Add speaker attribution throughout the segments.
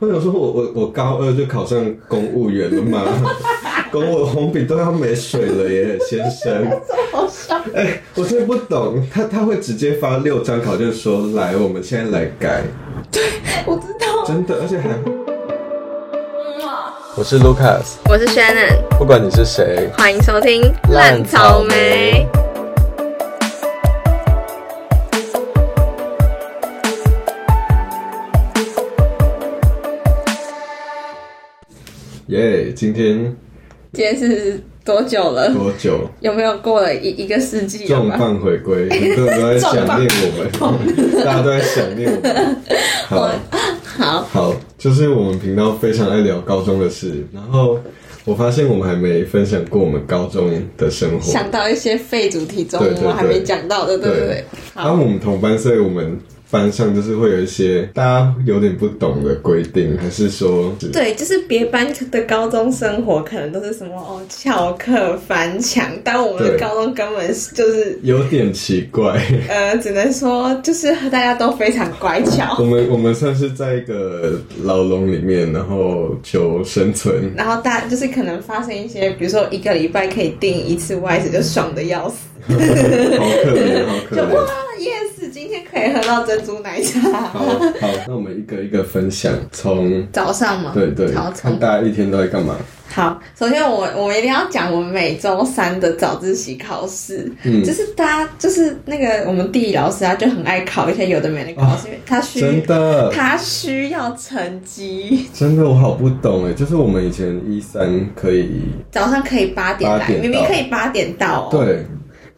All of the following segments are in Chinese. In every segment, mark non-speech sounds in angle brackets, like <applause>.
Speaker 1: 我想说我我我高二就考上公务员了吗？公务红笔都要没水了耶，先生。
Speaker 2: 好笑。
Speaker 1: 哎、我真的不懂，他他会直接发六张考卷说来，我们现在来改，
Speaker 2: 我知道。
Speaker 1: 真的，而且还。
Speaker 2: 嗯
Speaker 1: 我是 Lucas，
Speaker 2: 我是 Shannon，
Speaker 1: 不管你是谁，
Speaker 2: 欢迎收听《
Speaker 1: 烂草莓》。耶、今天
Speaker 2: 今天是多久了？
Speaker 1: 多久？
Speaker 2: 有没有过了一一个世纪了
Speaker 1: 重
Speaker 2: 吧？
Speaker 1: 磅回归，很多人都在想念我们，大家都在想念我们。好，
Speaker 2: 好，
Speaker 1: 好，就是我们频道非常爱聊高中的事，然后我发现我们还没分享过我们高中的生活。
Speaker 2: 想到一些废主题中
Speaker 1: 对对对
Speaker 2: 我还没讲到的，对不对？
Speaker 1: 然后
Speaker 2: 好，
Speaker 1: 我们同班，所以我们班上就是会有一些大家有点不懂的规定，还是说，
Speaker 2: 对，就是别班的高中生活可能都是什么哦，翘课、翻墙，但我们的
Speaker 1: 对
Speaker 2: 高中根本是就是
Speaker 1: 有点奇怪。 <laughs>
Speaker 2: 呃，只能说就是大家都非常乖巧
Speaker 1: 我。们我们算是在一个牢笼里面，然后求生存。
Speaker 2: 然后大就是可能发生一些，比如说一个礼拜可以订一次外食，就爽的要死。
Speaker 1: 好可怜，好可
Speaker 2: <laughs> 就哇
Speaker 1: 怜。
Speaker 2: ，yes，今天可以喝到珍珠奶茶。
Speaker 1: 好好，那我们一个一个分享，从
Speaker 2: 早上嘛，
Speaker 1: 对啊对
Speaker 2: 好，，
Speaker 1: 看
Speaker 2: 从
Speaker 1: 大家一天都在干嘛。
Speaker 2: 好，首先我我们一定要讲我们每周三的早自习考试，
Speaker 1: 嗯
Speaker 2: 就是大家就是那个我们地理老师啊，就很爱考一些有的没的考试，因为他需
Speaker 1: 啊真的，
Speaker 2: 他需要成绩，
Speaker 1: 真的，我好不懂哎。就是我们以前一三可以，
Speaker 2: 早上可以八点
Speaker 1: 八
Speaker 2: 来，
Speaker 1: 点到
Speaker 2: 明明可以八点到哦，，
Speaker 1: 对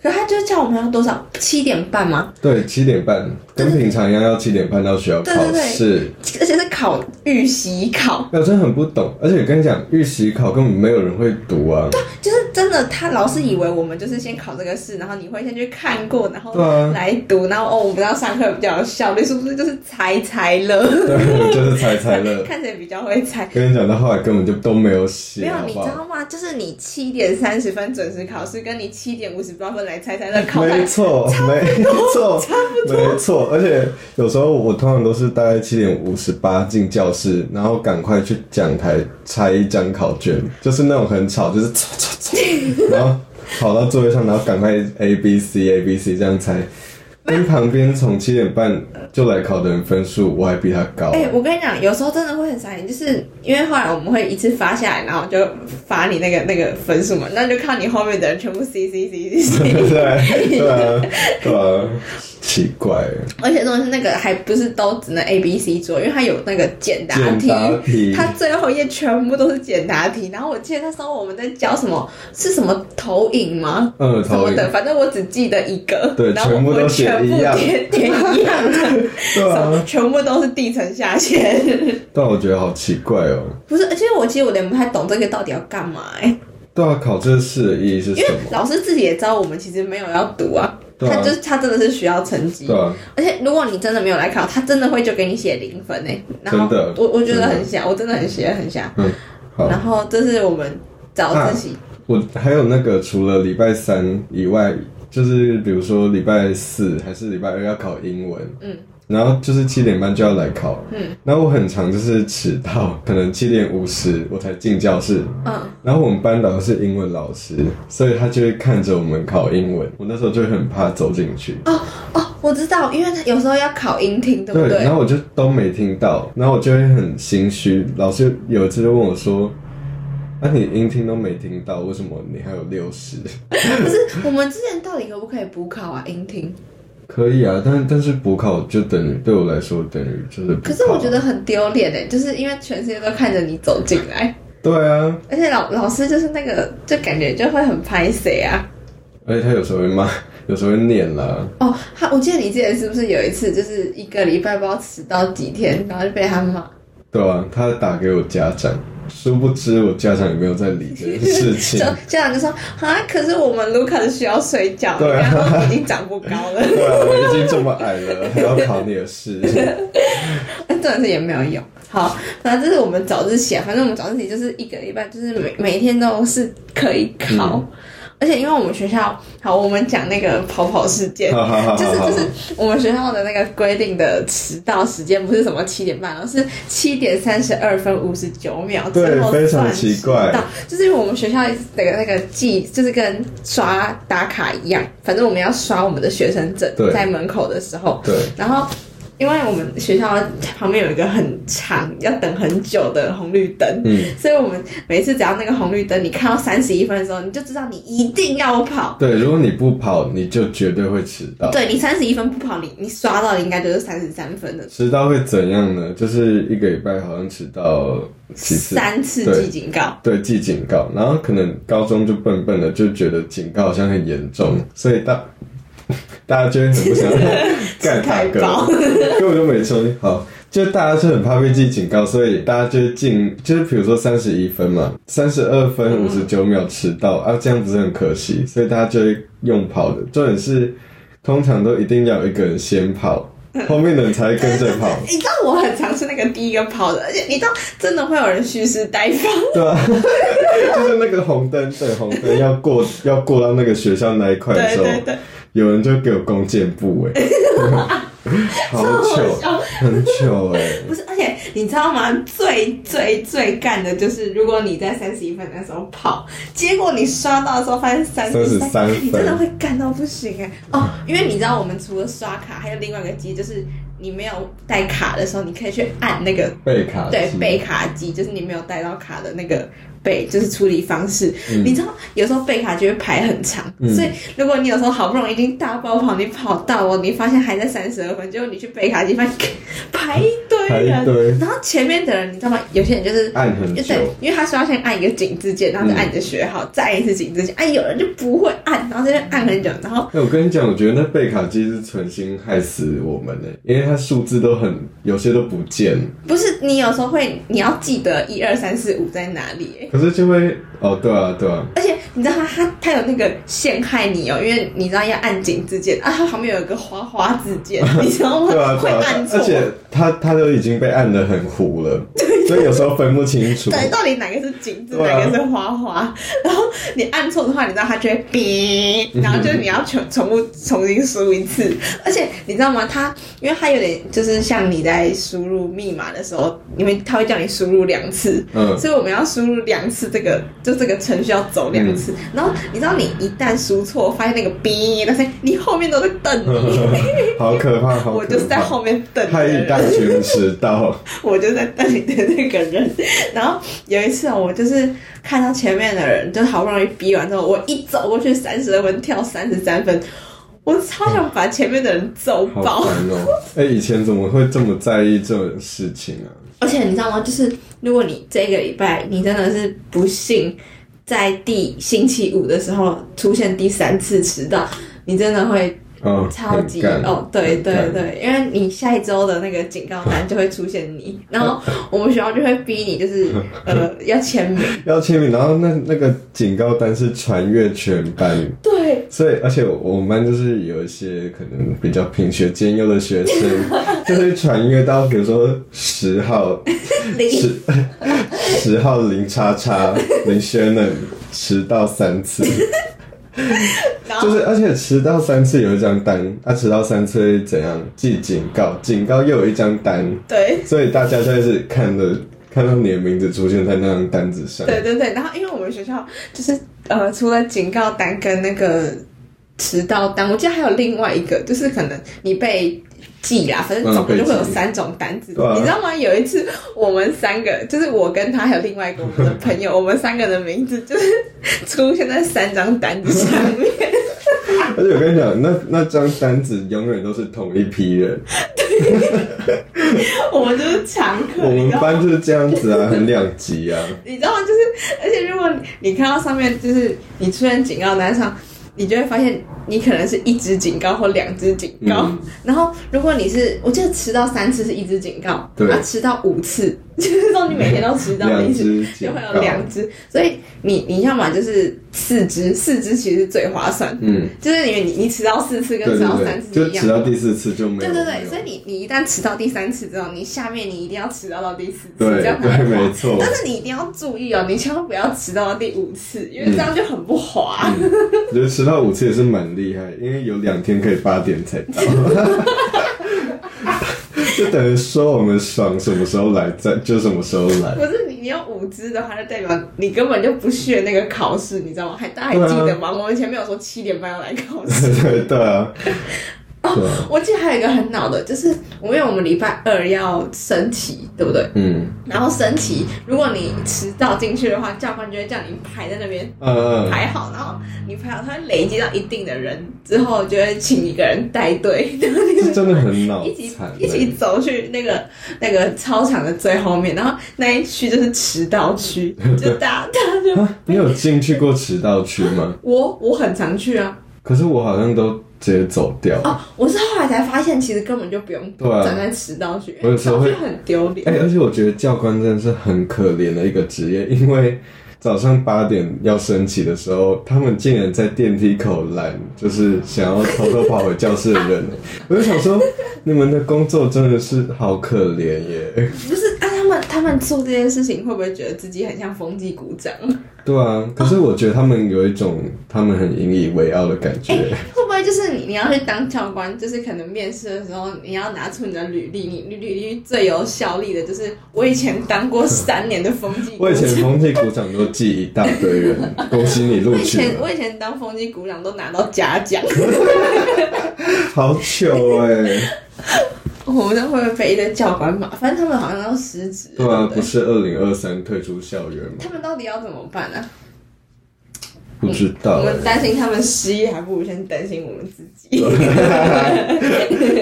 Speaker 2: 可他就叫我们要多少七点半吗？
Speaker 1: 对，七点半，跟平常一样要七点半到学校
Speaker 2: 对
Speaker 1: 考
Speaker 2: 对对
Speaker 1: 试。
Speaker 2: 而且是考预习考，
Speaker 1: 哎我真的很不懂，而且我跟你讲，预习考根本没有人会读
Speaker 2: <laughs>
Speaker 1: 啊。
Speaker 2: 就是真的，他老是以为我们就是先考这个试，然后你会先去看过，然后
Speaker 1: 对啊
Speaker 2: 来读，然后哦，我们知道上课比较有效率，是不是就是猜猜乐？
Speaker 1: 对，就是猜猜乐。
Speaker 2: <laughs> 看谁比较会猜。
Speaker 1: 跟你讲，到后来根本就都没有
Speaker 2: 没
Speaker 1: 写，
Speaker 2: 有
Speaker 1: 好，
Speaker 2: 你
Speaker 1: 不
Speaker 2: 知
Speaker 1: 好？
Speaker 2: 道吗？就是你七点三十分准时考试，跟你七点五十八分来猜猜乐考
Speaker 1: 没
Speaker 2: 来，
Speaker 1: 错，没错，没错。而且有时候我通常都是大概七点五十八进教室，然后赶快去讲台拆一张考卷，就是那种很吵，就是吵吵
Speaker 2: <laughs>
Speaker 1: 吵，然后跑到座位上，然后赶快 A B C A B C 这样猜。 <laughs> 跟旁边从七点半就来考的人分数，我还比他高。
Speaker 2: 哎、我跟你讲，有时候真的会很傻眼，就是因为后来我们会一次发下来，然后就发你那个那个分数嘛，那就看你后面的人全部 C C C C C，
Speaker 1: 对对啊，对啊，奇怪。
Speaker 2: 而且重点是那个还不是都只能 A B C 做，因为它有那个简答
Speaker 1: 简
Speaker 2: 题，
Speaker 1: 答题
Speaker 2: 它最后一页全部都是简答题。然后我记得那时候我们在教什么是什么投影吗？
Speaker 1: 嗯
Speaker 2: 什么
Speaker 1: 投
Speaker 2: 的，
Speaker 1: 影
Speaker 2: 反正我只记得一个，
Speaker 1: 对
Speaker 2: 然后
Speaker 1: 全部都
Speaker 2: 我
Speaker 1: 写
Speaker 2: 全部
Speaker 1: 一样
Speaker 2: 点 <laughs> 点一样的，
Speaker 1: 对
Speaker 2: 什
Speaker 1: <laughs>
Speaker 2: 么 <laughs>
Speaker 1: 啊，
Speaker 2: 全部都是地层下陷。
Speaker 1: 但我觉得好奇怪哦。
Speaker 2: <laughs> 不是，而且我其实我连不太懂这个到底要干嘛哎、
Speaker 1: 对啊，考这试的意义是
Speaker 2: 因为
Speaker 1: 什么？
Speaker 2: 老师自己也知道我们其实没有要读啊，
Speaker 1: 对啊
Speaker 2: 他就是他真的是需要成绩，
Speaker 1: 对啊，
Speaker 2: 而且如果你真的没有来考，他真的会就给你写零分诶、然后
Speaker 1: 真的
Speaker 2: 我我觉得很瞎，我真的很写得很瞎。
Speaker 1: 嗯，好。
Speaker 2: 然后这是我们早自习，
Speaker 1: 我还有那个，除了礼拜三以外，就是比如说礼拜四还是礼拜二要考英文，
Speaker 2: 嗯，
Speaker 1: 然后就是七点半就要来考，
Speaker 2: 嗯，
Speaker 1: 然后我很常就是迟到，可能七点五十我才进教室，
Speaker 2: 嗯，
Speaker 1: 然后我们班导是英文老师，所以他就会看着我们考英文，我那时候就会很怕走进去，
Speaker 2: 哦，我知道，因为他有时候要考音听，对不
Speaker 1: 对，
Speaker 2: 对？
Speaker 1: 然后我就都没听到，然后我就会很心虚。老师有一次就问我说：“那、你音听都没听到，为什么你还有六十？”
Speaker 2: 可是我们之前到底可不可以补考啊？音听？
Speaker 1: 可以啊，但但是补考就等于对我来说等于就是补考啊
Speaker 2: 可是我觉得很丢脸诶，就是因为全世界都看着你走进来，
Speaker 1: 对啊，
Speaker 2: 而且老老师就是那个，就感觉就会很拍谁啊。
Speaker 1: 而且他有时候会骂， <laughs> 有时候会念啦。
Speaker 2: 哦，他我记得你之前是不是有一次就是一个礼拜不知道迟到几天，然后就被他骂。
Speaker 1: 对啊，他打给我家长，殊不知我家长也没有在理这件事
Speaker 2: 就 <laughs>
Speaker 1: 情。
Speaker 2: 家长就说啊，可是我们卢卡斯需要睡觉，
Speaker 1: 对啊
Speaker 2: 然后已经长不高了， <laughs>
Speaker 1: 对啊，我已经这么矮了，还要考你的试？
Speaker 2: 但真的是也没有用。好，反正这是我们早自习啊，反正我们早自习就是一个礼拜，就是每每天都是可以考。而且因为我们学校，好，我们讲那个跑跑事件，
Speaker 1: 好好好好
Speaker 2: 就是
Speaker 1: 好
Speaker 2: 就是我们学校的那个规定的迟到时间不是什么七点半，而是七点三十二分五十九秒
Speaker 1: 对
Speaker 2: 之后
Speaker 1: 非常
Speaker 2: 算
Speaker 1: 奇
Speaker 2: 迟
Speaker 1: 怪
Speaker 2: 到，就是因为我们学校那个那个记，就是跟刷打卡一样，反正我们要刷我们的学生证
Speaker 1: 对，
Speaker 2: 在门口的时候，
Speaker 1: 对，
Speaker 2: 然后，因为我们学校旁边有一个很长要等很久的红绿灯，
Speaker 1: 嗯，
Speaker 2: 所以我们每次只要那个红绿灯你看到三十一分的时候，你就知道你一定要跑。
Speaker 1: 对，如果你不跑，你就绝对会迟到。
Speaker 2: 对你三十一分不跑，你你刷到的应该就是三十三分的
Speaker 1: 迟到会怎样呢？就是一个礼拜好像迟到几次，
Speaker 2: 三次
Speaker 1: 对
Speaker 2: 记警告。
Speaker 1: 对，记警告，然后可能高中就笨笨的，就觉得警告好像很严重，所以大大家就会很不想干他
Speaker 2: 太
Speaker 1: 哥
Speaker 2: 薄，
Speaker 1: <laughs> 根本就没抽。好，就大家就很怕被记警告，所以大家就进，就是比如说三十一分嘛，三十二分五十九秒迟到、啊，这样不是很可惜，所以大家就会用跑的。重点是，通常都一定要有一个人先跑，后面的人才会跟着跑。
Speaker 2: 你知道我很常是那个第一个跑的，而且你知道真的会有人蓄势待发。
Speaker 1: 对啊， <laughs> 就是那个红灯，对，红灯要过要过到那个学校那一块的
Speaker 2: 对
Speaker 1: 时候，
Speaker 2: 对对，
Speaker 1: 有人就给我弓箭步哎、 <laughs> 好糗，
Speaker 2: 笑。
Speaker 1: 很糗哎、
Speaker 2: 不是，而且你知道吗？最最最干的就是，如果你在三十一分的时候跑，结果你刷到的时候发现三哎
Speaker 1: 33分
Speaker 2: 你真的会干到不行哎、哦，因为你知道我们除了刷卡，还有另外一个机，就是你没有带卡的时候，你可以去按那个
Speaker 1: 背卡机
Speaker 2: 对备卡机，就是你没有带到卡的那个备，就是处理方式。你知道有时候备卡就会排很长，
Speaker 1: 嗯
Speaker 2: 所以如果你有时候好不容易已经大爆跑，你跑到哦，你发现还在三十二分，结果你去备卡机发现排一
Speaker 1: 排
Speaker 2: 堆
Speaker 1: 一
Speaker 2: 人，
Speaker 1: 堆
Speaker 2: 然后前面的人你知道吗？有些人就是。
Speaker 1: 按很
Speaker 2: 就
Speaker 1: 久，
Speaker 2: 对，因为他说要先按一个井字键，然后再按你的学号，再按一次井字键。哎，有人就不会按，然后在那按很久，然后
Speaker 1: 哎那我跟你讲，我觉得那背卡机是存心害死我们呢、欸因为它数字都很，有些都不见，
Speaker 2: 不是你有时候会，你要记得一二三四五在哪里、哎
Speaker 1: 可是就会哦，对啊，对啊，
Speaker 2: 而且你知道他他他有那个陷害你哦，因为你知道要按井字键啊，它旁边有一个花花字
Speaker 1: <laughs>
Speaker 2: 键，你知道吗？
Speaker 1: 对啊，
Speaker 2: 会
Speaker 1: 对啊
Speaker 2: 按，错
Speaker 1: 而。且它它都已经被按得很糊了，所以有时候分不清楚。
Speaker 2: 对，到底哪个是井字，
Speaker 1: 对啊
Speaker 2: 哪个是花花？然后你按错的话，你知道它就会
Speaker 1: 嗯
Speaker 2: 哔，然后就是你要重重复重新输一次。而且你知道吗？它因为它有点就是像你在输入密码的时候，因为它会叫你输入两次，
Speaker 1: 嗯
Speaker 2: 所以我们要输入两次这个，就这个程序要走两
Speaker 1: 嗯
Speaker 2: 次。然后你知道，你一旦输错，发现那个哔，那声音你后面都在瞪
Speaker 1: <laughs>
Speaker 2: 你。
Speaker 1: 好可怕，好可怕！
Speaker 2: 我就是在后面瞪你的
Speaker 1: 害一
Speaker 2: 人，
Speaker 1: 大群迟到，
Speaker 2: 我就在瞪你的那个人。然后有一次哦我就是看到前面的人，就是好不容易逼完之后，我一走过去三十二分跳三十三分，我超想把前面的人揍
Speaker 1: 好
Speaker 2: 爆。
Speaker 1: 烦
Speaker 2: <laughs>
Speaker 1: 哦！哎、以前怎么会这么在意这种事情啊？
Speaker 2: 而且你知道吗？就是如果你这个礼拜你真的是不幸在第星期五的时候出现第三次迟到，你真的会
Speaker 1: 嗯，
Speaker 2: 超级
Speaker 1: 很干
Speaker 2: 哦，对对
Speaker 1: 很干
Speaker 2: 对，因为你下一周的那个警告单就会出现你，然后我们学校就会逼你，就是呃要签名，
Speaker 1: 要签名，然后那那个警告单是传阅全班，
Speaker 2: 对，
Speaker 1: 所以而且我我们班就是有一些可能比较品学兼优的学生，
Speaker 2: <laughs>
Speaker 1: 就是传阅到比如说十号
Speaker 2: 零
Speaker 1: 十十号零叉叉林轩的迟到三次。
Speaker 2: 然后
Speaker 1: 就是，而且迟到三次有一张单，他、迟到三次会怎样？记警告，警告又有一张单，
Speaker 2: 对。
Speaker 1: 所以大家就会是看着看到你的名字出现在那张单子上。
Speaker 2: 对对对，然后因为我们学校就是呃，除了警告单跟那个迟到单，我记得还有另外一个，就是可能你被记啦，反正
Speaker 1: 嗯
Speaker 2: 总共
Speaker 1: 被
Speaker 2: 就会有
Speaker 1: 记
Speaker 2: 三种单子，
Speaker 1: 对啊
Speaker 2: 你知道吗？有一次我们三个，就是我跟他还有另外一个我们的朋
Speaker 1: <laughs>
Speaker 2: 友，我们三个的名字就是出现在三张单子上面。
Speaker 1: 而且我跟你讲，那那张单子永远都是同一批人，
Speaker 2: 我们就是常客，
Speaker 1: 我
Speaker 2: 你
Speaker 1: 们
Speaker 2: 知道吗？
Speaker 1: 班就是这样子啊，很两极
Speaker 2: <laughs>
Speaker 1: 啊。
Speaker 2: 你知道吗？就是，而且如果你看到上面就是你出现警告单上，你就会发现你可能是一只警告或两只警告。
Speaker 1: 嗯
Speaker 2: 然后如果你是，我记得迟到三次是一只警告，
Speaker 1: 对
Speaker 2: 啊，迟到五次 <laughs> 就是说你每天都吃到
Speaker 1: 两
Speaker 2: 一直
Speaker 1: 只
Speaker 2: 就
Speaker 1: 警
Speaker 2: 会有
Speaker 1: 告
Speaker 2: 两只，所以你你要么就是四只，四只其实是最划算，
Speaker 1: 嗯，
Speaker 2: 就是因为你你吃到四次跟
Speaker 1: 对
Speaker 2: 吃
Speaker 1: 对
Speaker 2: 到
Speaker 1: 对
Speaker 2: 三，次
Speaker 1: 就是
Speaker 2: 一样
Speaker 1: 吃。到第四次就没
Speaker 2: 对
Speaker 1: 有。
Speaker 2: 对
Speaker 1: 没
Speaker 2: 对，
Speaker 1: 有
Speaker 2: 所以你你一旦吃到第三次之后，你下面你一定要吃到到第四次，
Speaker 1: 对
Speaker 2: 这样才
Speaker 1: 对
Speaker 2: 会滑
Speaker 1: 没错
Speaker 2: 但是你一定要注意哦，你千万不要吃到第五次，因为这样就很不滑。
Speaker 1: 我觉得吃到五次也是蛮厉害，因为有两天可以八点才到，就等于说我们爽什么时候来，在就什么时候来
Speaker 2: 不。是你，你有五只的话，就代表你根本就不屑那个考试，你知道吗？还大家还记得吗？我们前面有说七点半要来考
Speaker 1: <laughs>
Speaker 2: 试，哦
Speaker 1: 对对啊，对啊，
Speaker 2: 我记得还有一个很恼的，就是因为我们礼拜二要升旗，对不对？
Speaker 1: 嗯
Speaker 2: 然后升旗，如果你迟到进去的话，教官就会叫你排在那边
Speaker 1: 嗯嗯，
Speaker 2: 排好，然后你排好，他会累积到一定的人之后，就会请一个人带
Speaker 1: <laughs>
Speaker 2: 队，然后你
Speaker 1: 这真的很脑
Speaker 2: 一起
Speaker 1: 残欸，
Speaker 2: 一起走去那个那个操场的最后面，然后那一区就是迟
Speaker 1: <laughs>
Speaker 2: 到区，就大大家就
Speaker 1: 啊你有进去过迟到区吗？
Speaker 2: 我我很常去啊，
Speaker 1: 可是我好像都直接走掉。
Speaker 2: 哦，我是后来才发现，其实根本就不用
Speaker 1: 对啊
Speaker 2: 站在迟到区，
Speaker 1: 我有时候
Speaker 2: 因为
Speaker 1: 会
Speaker 2: 迟到区很丢脸。
Speaker 1: 哎、而且我觉得教官真的是很可怜的一个职业，因为早上八点要升旗的时候，他们竟然在电梯口拦，就是想要偷偷跑回教室的人。欸我就想说，你们的工作真的是好可怜耶。
Speaker 2: 不是啊，他们他们做这件事情，会不会觉得自己很像风纪鼓掌？
Speaker 1: 对啊，可是我觉得他们有一种他们很引以为傲的感觉。
Speaker 2: 会不会就是你你要去当教官，就是可能面试的时候，你要拿出你的履历，你你履历最有效力的就是我以前当过三年的风纪
Speaker 1: <laughs>
Speaker 2: 鼓
Speaker 1: 我以
Speaker 2: 掌
Speaker 1: 前。风纪鼓掌都记一大堆人，恭喜你
Speaker 2: 我
Speaker 1: 录
Speaker 2: 哎以
Speaker 1: 取
Speaker 2: 前
Speaker 1: 了，
Speaker 2: 我以前当风纪鼓掌都拿到嘉奖， <laughs>
Speaker 1: 好糗哎、
Speaker 2: 我们都会不会被一堆教官骂？反正他们好像要失职了，
Speaker 1: 对啊，
Speaker 2: 不
Speaker 1: 不是二零二三退出校园吗？
Speaker 2: 他们到底要怎么办啊？
Speaker 1: 不知道、
Speaker 2: 哎我
Speaker 1: 欸
Speaker 2: 们。担心他们失业，还不如先担心我们自
Speaker 1: <laughs>
Speaker 2: 己。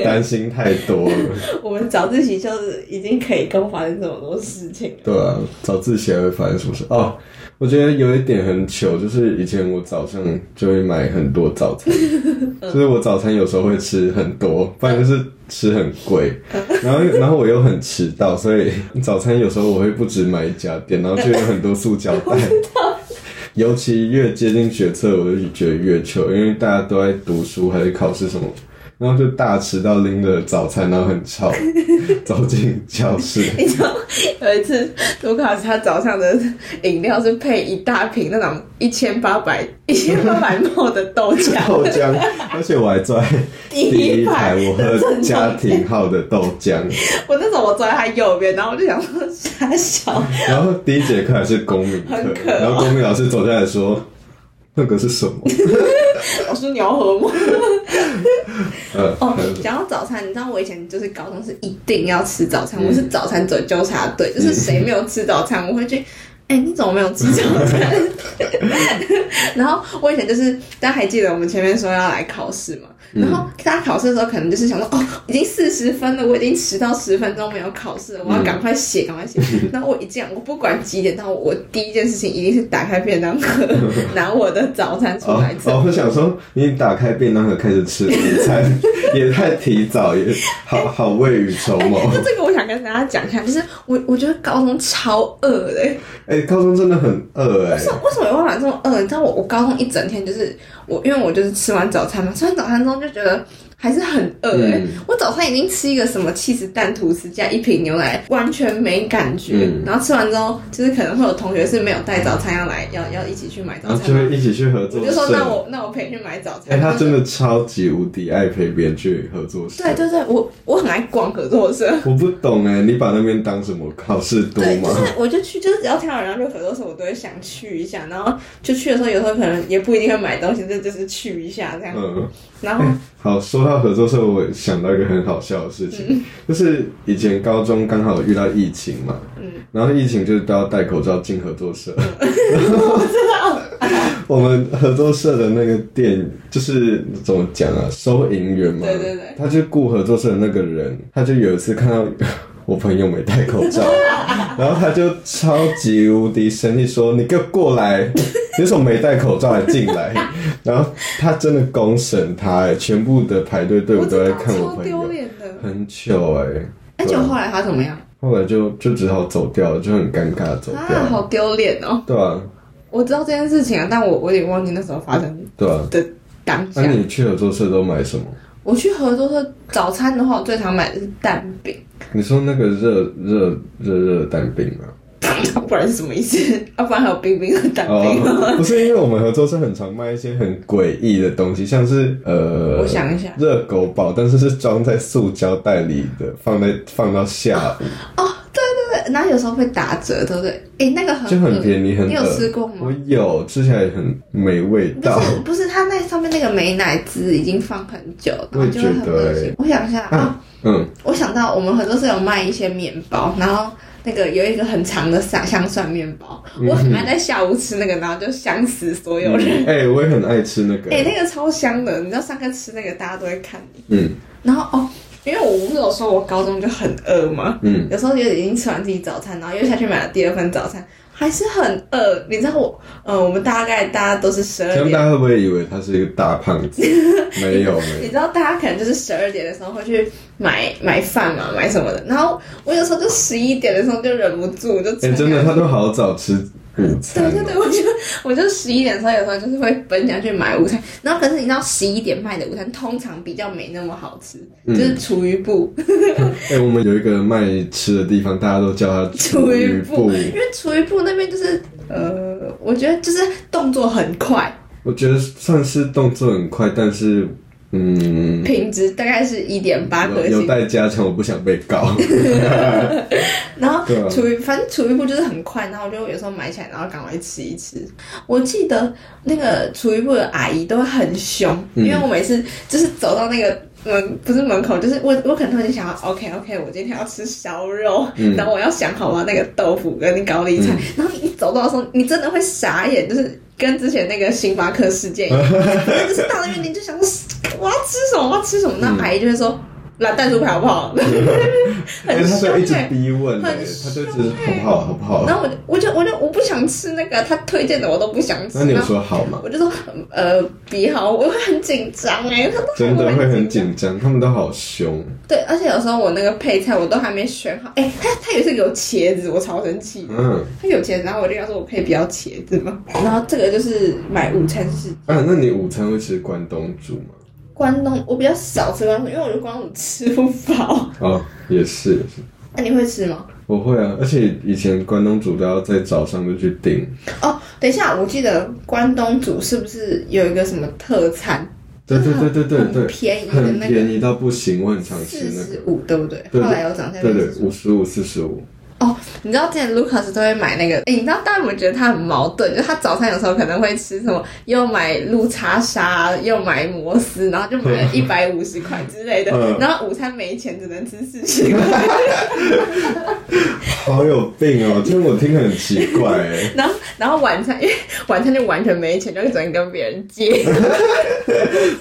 Speaker 1: 担心太多了，
Speaker 2: 我们早自习就是已经可以跟发生这么多事情了。
Speaker 1: 对啊，早自习还会发生什么事？哦，我觉得有一点很糗，就是以前我早上就会买很多早餐，就是我早餐有时候会吃很多，不然就是吃很贵，然后然后我又很迟到，所以早餐有时候我会不止买一家店，然后就有很多塑胶袋。尤其越接近学测，我就觉得越糗，因为大家都在读书还是考试什么，然后就大迟到拎着早餐，然后很吵，走进教室。
Speaker 2: 你知道有一次卢卡斯他早上的饮料是配一大瓶那种一千八百一千八百 ml 的豆浆，
Speaker 1: 豆浆，而且我还坐在 <laughs>
Speaker 2: 第
Speaker 1: 第一排，我
Speaker 2: 的
Speaker 1: 喝
Speaker 2: 正
Speaker 1: 家
Speaker 2: 常。
Speaker 1: 庭号的豆浆。
Speaker 2: 我那时候我坐在他右边，然后我就想说傻小，
Speaker 1: 然后第一节课还是公民课
Speaker 2: 很，渴哦
Speaker 1: 然后公民老师走下来说：“那个是什么
Speaker 2: 我说你要喝吗？？” <laughs>
Speaker 1: 呃，
Speaker 2: 哦
Speaker 1: 很，
Speaker 2: 讲到早餐，你知道我以前就是高中是一定要吃早
Speaker 1: 嗯
Speaker 2: 餐，我是早餐走纠察队，就是谁没有吃早餐，我会去。哎、你怎么没有吃早餐？ <laughs> 然后我以前就是，大家还记得我们前面说要来考试嘛？然
Speaker 1: 嗯
Speaker 2: 后大家考试的时候，可能就是想说，哦，已经四十分了，我已经迟到十分钟没有考试了，
Speaker 1: 嗯
Speaker 2: 我要赶快写，赶
Speaker 1: <laughs>
Speaker 2: 快写。然后我一这样，我不管几点到，我第一件事情一定是打开便当
Speaker 1: <laughs>
Speaker 2: 盒，拿我的早餐出
Speaker 1: 哦
Speaker 2: 来吃。
Speaker 1: 哦，我想说，你打开便当盒开始吃午餐，也太提早，也好
Speaker 2: <laughs>
Speaker 1: 好未雨绸缪。
Speaker 2: 那哎这个我想跟大家讲一下，就是我我觉得高中超饿的、欸，
Speaker 1: 哎，高中真的很饿哎
Speaker 2: 为什，么为什么有办法这么饿？你知道我我高中一整天就是我，因为我就是吃完早餐嘛，吃完早餐之后就觉得还是很饿哎、
Speaker 1: 嗯
Speaker 2: 我早餐已经吃一个什么气死蛋吐司加一瓶牛奶，完全没感觉。
Speaker 1: 嗯
Speaker 2: 然后吃完之后，就是可能会有同学是没有带早餐要来，要要一起去买
Speaker 1: 然
Speaker 2: 早
Speaker 1: 后
Speaker 2: 餐
Speaker 1: 啊就
Speaker 2: 嘛，
Speaker 1: 会一起去合
Speaker 2: 我
Speaker 1: 作
Speaker 2: 就说
Speaker 1: 社
Speaker 2: 那。我那我陪你去买早餐。
Speaker 1: 哎，他真的超级无敌爱陪别人去合作社。
Speaker 2: <laughs> 对对对，我我很爱逛合作社。
Speaker 1: 我不懂哎，你把那边当什么考试多
Speaker 2: 对，就
Speaker 1: 吗？
Speaker 2: 是我就去，就是只要听到人家就合作社，我都会想去一下。然后就去的时候，有时候可能也不一定会买东西，就就是去一下这样。
Speaker 1: 嗯，
Speaker 2: 然后
Speaker 1: 好，说到合作社，我想到一个很好笑的事情，
Speaker 2: 嗯
Speaker 1: 就是以前高中刚好遇到疫情嘛，
Speaker 2: 嗯
Speaker 1: 然后疫情就是都要戴口罩进合作社， <laughs> 然后我们合作社的那个店就是怎么讲啊，收银员嘛，
Speaker 2: 对对对
Speaker 1: 他就雇合作社的那个人，他就有一次看到我朋友没戴口
Speaker 2: <laughs>
Speaker 1: 罩，然后他就超级无敌生气说：“你给我过来！” <laughs> 你为什么没戴口罩还进来？然后他真的公审他、哎，全部的排队队伍
Speaker 2: 我
Speaker 1: 都
Speaker 2: 知
Speaker 1: 在
Speaker 2: 道
Speaker 1: 看我
Speaker 2: 超
Speaker 1: 朋
Speaker 2: 丢
Speaker 1: 友，
Speaker 2: 脸的。
Speaker 1: 很糗哎、
Speaker 2: 而且后来他怎么样？
Speaker 1: 后来就就只好走掉了，就很尴尬地走掉
Speaker 2: 啊，
Speaker 1: 了。
Speaker 2: 好丢脸哦！
Speaker 1: 对啊，
Speaker 2: 我知道这件事情啊，但我我有点忘记那时候发生
Speaker 1: 对啊。
Speaker 2: 的当下
Speaker 1: 那、。你去合作社都买什么？
Speaker 2: 我去合作社早餐的话，我最常买的是蛋饼， <laughs>
Speaker 1: 你说那个热热热热蛋饼吗？
Speaker 2: 不然是什么意思？要、不然还有冰冰的蛋 <laughs> 饼。
Speaker 1: 哦，不是，因为我们合作社很常卖一些很诡异的东西，像是呃，
Speaker 2: 我想一下
Speaker 1: 热狗堡，但是是装在塑胶袋里的，放在放到下午，
Speaker 2: 哦，对对对，然后有时候会打折，对不对？哎，那个很
Speaker 1: 就很
Speaker 2: 恶
Speaker 1: 便宜，很
Speaker 2: 你有
Speaker 1: 饿
Speaker 2: 吃过
Speaker 1: 我
Speaker 2: 吗？
Speaker 1: 有，吃起来也很没味道
Speaker 2: 不。是不是，它那上面那个美乃滋已经放很久，然
Speaker 1: 我
Speaker 2: 后
Speaker 1: 也
Speaker 2: 就会
Speaker 1: 觉
Speaker 2: 很
Speaker 1: 得
Speaker 2: 恶
Speaker 1: 欸
Speaker 2: 心。我想
Speaker 1: <laughs>
Speaker 2: 一下啊，
Speaker 1: 嗯，
Speaker 2: 我想到我们合作社有卖一些面包，然后那个有一个很长的香香蒜面包，我
Speaker 1: 嗯
Speaker 2: 很爱在下午吃那个，然后就香死所有 <laughs> 人。
Speaker 1: 哎、我也很爱吃那个。
Speaker 2: 哎、那个超香的，你知道上课吃那个大家都会看你。
Speaker 1: 嗯
Speaker 2: 然后哦，因为我不是有说我高中就很饿吗？
Speaker 1: 嗯，
Speaker 2: 有时候就已经吃完自己早餐，然后又下去买了第二份早餐，还是很饿。你知道我，呃，我们大概大家都是十
Speaker 1: 这
Speaker 2: 二
Speaker 1: 样
Speaker 2: 点
Speaker 1: 大，家会不会以为他是一个大胖
Speaker 2: <laughs>
Speaker 1: 子？没有没
Speaker 2: 你
Speaker 1: 有，
Speaker 2: 知道大家可能就是十二点的时候会去买买饭嘛，买什么的。然后我有时候就十一点的时候就忍不住就
Speaker 1: 哎、
Speaker 2: 冲
Speaker 1: 真的，
Speaker 2: 下
Speaker 1: 他
Speaker 2: 去
Speaker 1: 都好早吃午餐
Speaker 2: 对
Speaker 1: 哦。
Speaker 2: 对对，我就我就十一点的时候，有时候就是会奔下去买午餐，然后可是你知道十一点卖的午餐通常比较没那么好吃，就是厨余部， <laughs>
Speaker 1: 哎、我们有一个卖吃的地方，大家都叫它
Speaker 2: 厨余
Speaker 1: 部
Speaker 2: 部，。因为厨余部那边就是呃，我觉得就是动作很快，
Speaker 1: 我觉得算是动作很快，但是嗯，
Speaker 2: 品质大概是一点八颗
Speaker 1: 有有
Speaker 2: 星，
Speaker 1: 待加强，我不想被
Speaker 2: <laughs>
Speaker 1: 告。
Speaker 2: 然后
Speaker 1: 对啊
Speaker 2: 厨余反正厨余部就是很快，然后我就有时候买起来，然后赶快吃一吃。我记得那个厨余部的阿姨都会很凶，
Speaker 1: 嗯
Speaker 2: 因为我每次就是走到那个。门不是门口，就是我我可能突然就想要，OK OK，我今天要吃烧肉，
Speaker 1: 嗯
Speaker 2: 然后我要想好我要那个豆腐跟高丽菜，然后你一走到的时候，你真的会傻眼，就是跟之前那个星巴克事件一样，
Speaker 1: <laughs>
Speaker 2: 那就是到那边你就想说我要吃什么，我要吃什么，那
Speaker 1: 嗯
Speaker 2: 阿姨就会说蓝蛋酥排好不好？ <laughs>
Speaker 1: 哎
Speaker 2: 很
Speaker 1: 他
Speaker 2: 凶
Speaker 1: 就一直
Speaker 2: 欸
Speaker 1: 逼问、欸，
Speaker 2: 很
Speaker 1: 他就
Speaker 2: 凶
Speaker 1: 一直好
Speaker 2: 欸
Speaker 1: 不好，好不好？
Speaker 2: 然后我就我就我就我不想吃那个他推荐的，我都不想吃。
Speaker 1: 那你有
Speaker 2: 然后
Speaker 1: 说好吗？
Speaker 2: 我就说呃，比好，我会很紧张哎，他都
Speaker 1: 真的会很
Speaker 2: 张。
Speaker 1: 紧张，他们都好凶。
Speaker 2: 对，而且有时候我那个配菜我都还没选好，哎、他他有一次给我茄子，我超生气的。
Speaker 1: 嗯
Speaker 2: 他有茄子，然后我就跟他说我可以不要茄子吗？然后这个就是买午餐是
Speaker 1: 啊，那你午餐会吃关东煮吗？
Speaker 2: 关东，我比较少吃关东，因为我觉得关东吃不饱。 <laughs>
Speaker 1: 哦，也是，也是
Speaker 2: 那、你会吃吗？
Speaker 1: 我会啊，而且以前关东煮都要在早上就去订，
Speaker 2: 哦，等一下，我记得关东煮是不是有一个什么特餐？
Speaker 1: 对对对对对
Speaker 2: 很
Speaker 1: 对，
Speaker 2: 便宜的
Speaker 1: 很
Speaker 2: 那个
Speaker 1: 便宜到不行，我很常吃
Speaker 2: 四
Speaker 1: 那个
Speaker 2: 十。五，对不对？
Speaker 1: 对
Speaker 2: 后来有涨价
Speaker 1: 对
Speaker 2: 变
Speaker 1: 对
Speaker 2: 四，十五。
Speaker 1: 五十五、四十五，
Speaker 2: 哦，你知道之前 Lucas 都会买那个，哎，你知道大家有没有觉得他很矛盾？就是他早餐有时候可能会吃什么，又买鹿叉沙，又买摩斯，然后就买了一百五十块之类的，
Speaker 1: 嗯
Speaker 2: 然后午餐没钱，只能吃四十块。 <laughs>
Speaker 1: 好有病哦！这我听很奇怪哎。
Speaker 2: 然后，然后晚餐，因为晚餐就完全没钱，就只能跟别人借。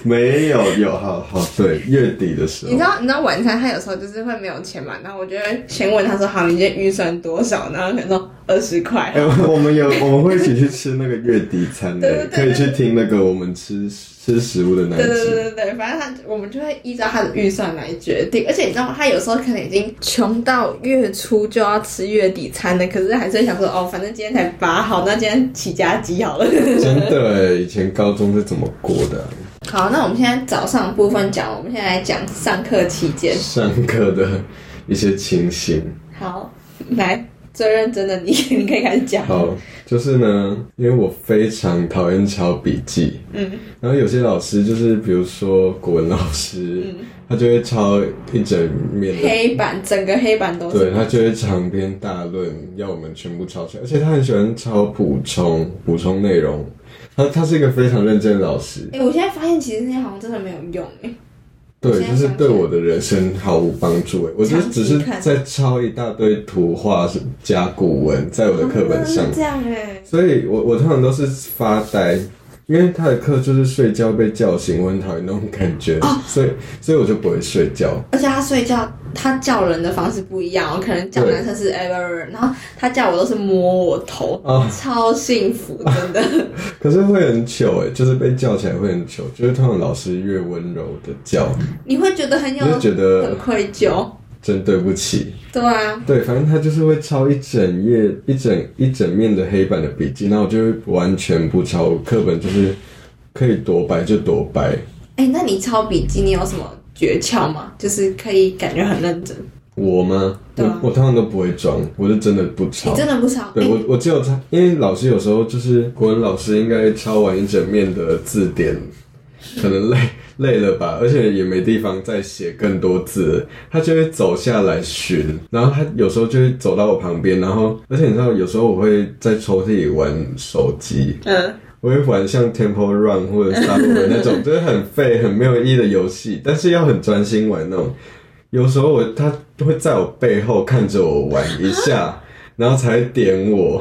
Speaker 1: 没有，有好好对，月底的时
Speaker 2: 你知
Speaker 1: 候，
Speaker 2: 道，你知道晚餐他有时候就是会没有钱嘛，然后我就会先问他说：“好，你今天预算多少？”然后可能说二十块。
Speaker 1: 哎、我们有我们会一起去吃那个月底餐的，
Speaker 2: 对对对对
Speaker 1: 可以去听那个我们吃吃食物的那一
Speaker 2: 对对
Speaker 1: 集。
Speaker 2: 对对对，反正他我们就会依照他的预算来决定，而且你知道吗？他有时候可能已经穷到月初就要吃月底餐了，可是还是会想说哦，反正今天才八号，那今天起家
Speaker 1: <laughs>
Speaker 2: 鸡好了。
Speaker 1: 真的哎，以前高中是怎么过的啊、
Speaker 2: 好，那我们现在早上的部分讲，我们现在来讲上课期间。
Speaker 1: 上课的一些情形。
Speaker 2: 好，来最认真的你，你可以开始讲。
Speaker 1: 好，就是呢，因为我非常讨厌抄笔记，
Speaker 2: 嗯，
Speaker 1: 然后有些老师就是，比如说国文老师，
Speaker 2: 嗯
Speaker 1: 他就会抄一整面的
Speaker 2: 黑板整个黑板都
Speaker 1: 对
Speaker 2: 是。
Speaker 1: 他就会长篇大论，要我们全部抄出来，而且他很喜欢抄补充补充内容。他他是一个非常认真的老师，
Speaker 2: 哎、我现在发现其实那些好像真的没有用哎、
Speaker 1: 对，
Speaker 2: 现在
Speaker 1: 就是
Speaker 2: 想起
Speaker 1: 对
Speaker 2: 来
Speaker 1: 我的人生毫无帮助。哎，我就
Speaker 2: 长期
Speaker 1: 只是
Speaker 2: 看
Speaker 1: 在抄一大堆图画是加古文在我的课本上
Speaker 2: 真的是，这样哎、
Speaker 1: 所以我我通常都是发呆，因为他的课就是睡觉被叫醒，我很讨厌那种感觉，
Speaker 2: 哦
Speaker 1: 所以所以我就不会睡觉。
Speaker 2: 而且他睡觉，他叫人的方式不一样哦，可能叫
Speaker 1: 对
Speaker 2: 男生是哎不不不，然后他叫我都是摸我头，
Speaker 1: 啊
Speaker 2: 超幸福，
Speaker 1: <laughs>
Speaker 2: 真的。
Speaker 1: 可是会很糗哎，就是被叫起来会很糗，就是通常老师越温柔的叫，
Speaker 2: 你会觉得很有
Speaker 1: 你就觉得
Speaker 2: 很愧疚，
Speaker 1: 真对不起。
Speaker 2: 对啊，
Speaker 1: 对，反正他就是会抄一整页、一整一整面的黑板的笔记，那我就完全不抄，我课本就是可以多白就多白。
Speaker 2: 哎、那你抄笔记你有什么诀窍吗？就是可以感觉很认真，
Speaker 1: 我吗？
Speaker 2: 对啊
Speaker 1: 我我通常都不会装，我是真的不抄
Speaker 2: 你。真的不抄？
Speaker 1: 对
Speaker 2: 哎
Speaker 1: 我，我只有抄，因为老师有时候就是国文老师应该抄完一整面的字典，可能累累了吧，而且也没地方再写更多字了，他就会走下来寻，然后他有时候就会走到我旁边，然后而且你知道，有时候我会在抽屉里玩手机，
Speaker 2: 嗯，
Speaker 1: 我会玩像 Temple Run 或者 Subway 那种，就是很废、很没有意义的游戏，但是要很专心玩那种。有时候我他会在我背后看着我玩一下，然后才会点我。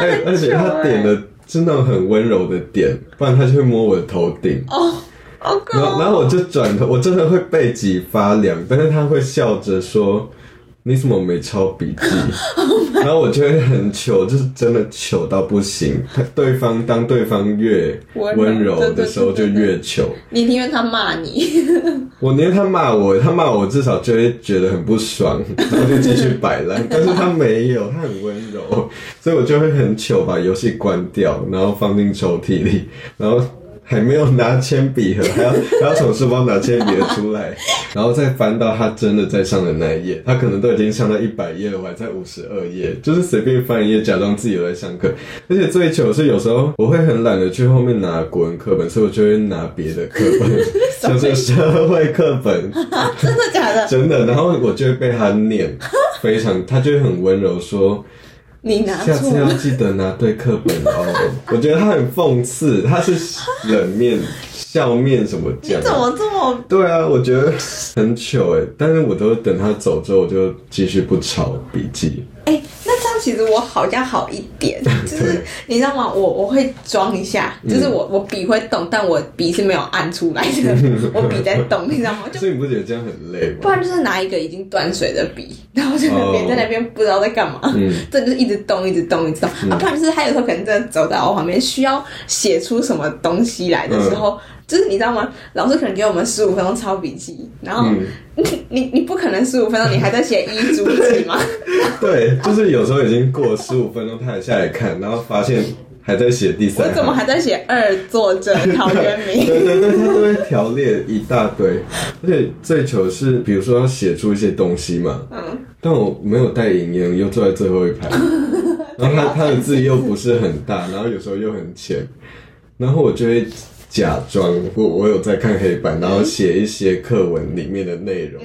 Speaker 1: 哎、而且他点的是那种很温柔的点，不然他就会摸我的头顶。
Speaker 2: 哦，好可
Speaker 1: 然后，
Speaker 2: 爱。
Speaker 1: 然后我就转头，我真的会背脊发凉，但是他会笑着说：“你怎么没抄笔
Speaker 2: <laughs>
Speaker 1: 记？”
Speaker 2: Oh
Speaker 1: 然后我就会很糗，就是真的糗到不行。他对方当对方越
Speaker 2: 温柔
Speaker 1: 温柔
Speaker 2: 对对
Speaker 1: 的时候，就
Speaker 2: 对对
Speaker 1: 越糗。
Speaker 2: <laughs> 你宁愿他骂你，
Speaker 1: <laughs> 我连他骂我，他骂我至少就会觉得很不爽，然后就继续摆烂。但是他没有，他很温柔，所以我就会很糗把游戏关掉，然后放进抽屉里，然后还没有拿铅笔盒，还要还要从书包拿铅笔盒出来， <laughs> 然后再翻到他真的在上的那一页，他可能都已经上到一百页了，我还在五十二页，就是随便翻一页，假装自己有在上课。而且最糗的是有时候我会很懒得去后面拿国文课本，所以我就会拿别的课
Speaker 2: <laughs>
Speaker 1: 本。就是社会课本，
Speaker 2: 真的假的？
Speaker 1: 真的。然后我就会被他念，非常，他就会很温柔说，
Speaker 2: 你拿
Speaker 1: 下次
Speaker 2: 错
Speaker 1: 要
Speaker 2: 了，
Speaker 1: 记得拿对课本哦。我觉得他很讽刺，他是冷面、笑面什么
Speaker 2: 你
Speaker 1: 讲
Speaker 2: 怎。么这么？
Speaker 1: 对啊，我觉得很糗哎，但是我都等他走之后，我就继续不抄笔记。
Speaker 2: 哎、那这样其实我好像好一点，就是你知道吗？我我会装一下，就是
Speaker 1: 嗯
Speaker 2: 我我笔会动，但我笔是没有按出来的，
Speaker 1: <laughs>
Speaker 2: 我笔在动，你知道吗？就
Speaker 1: 所以你不觉得这样很累
Speaker 2: 不
Speaker 1: 吗？
Speaker 2: 然就是拿一个已经断水的笔，然后在那边、
Speaker 1: 哦
Speaker 2: 在那边不知道在干嘛，
Speaker 1: 嗯
Speaker 2: 这就是一直动一直动一直动、啊，不然就是他有时候可能真的走到我旁边，需要写出什么东西来
Speaker 1: 嗯
Speaker 2: 的时候，就是你知道吗？老师可能给我们十五分钟抄笔记，然后
Speaker 1: 嗯
Speaker 2: <laughs> 你、你你不可能十五分钟你还在写一组记嘛，
Speaker 1: 对，就是有时候已经过了十五分钟，他还下来看，然后发现还在写第
Speaker 2: 我
Speaker 1: 三
Speaker 2: 怎么
Speaker 1: 行。
Speaker 2: 还在写二作者陶渊
Speaker 1: <laughs>
Speaker 2: 明？
Speaker 1: 对对对，他都会条列一大堆，而且最糗是，比如说要写出一些东西嘛，
Speaker 2: 嗯，
Speaker 1: 但我没有带引言，又坐在最后一
Speaker 2: <laughs>
Speaker 1: 排，然后
Speaker 2: 啊
Speaker 1: 他他的字又不是很大，然后有时候又很浅，然后我就会假装我我有在看黑板，
Speaker 2: 嗯
Speaker 1: 然后写一些课文里面的内容， <laughs>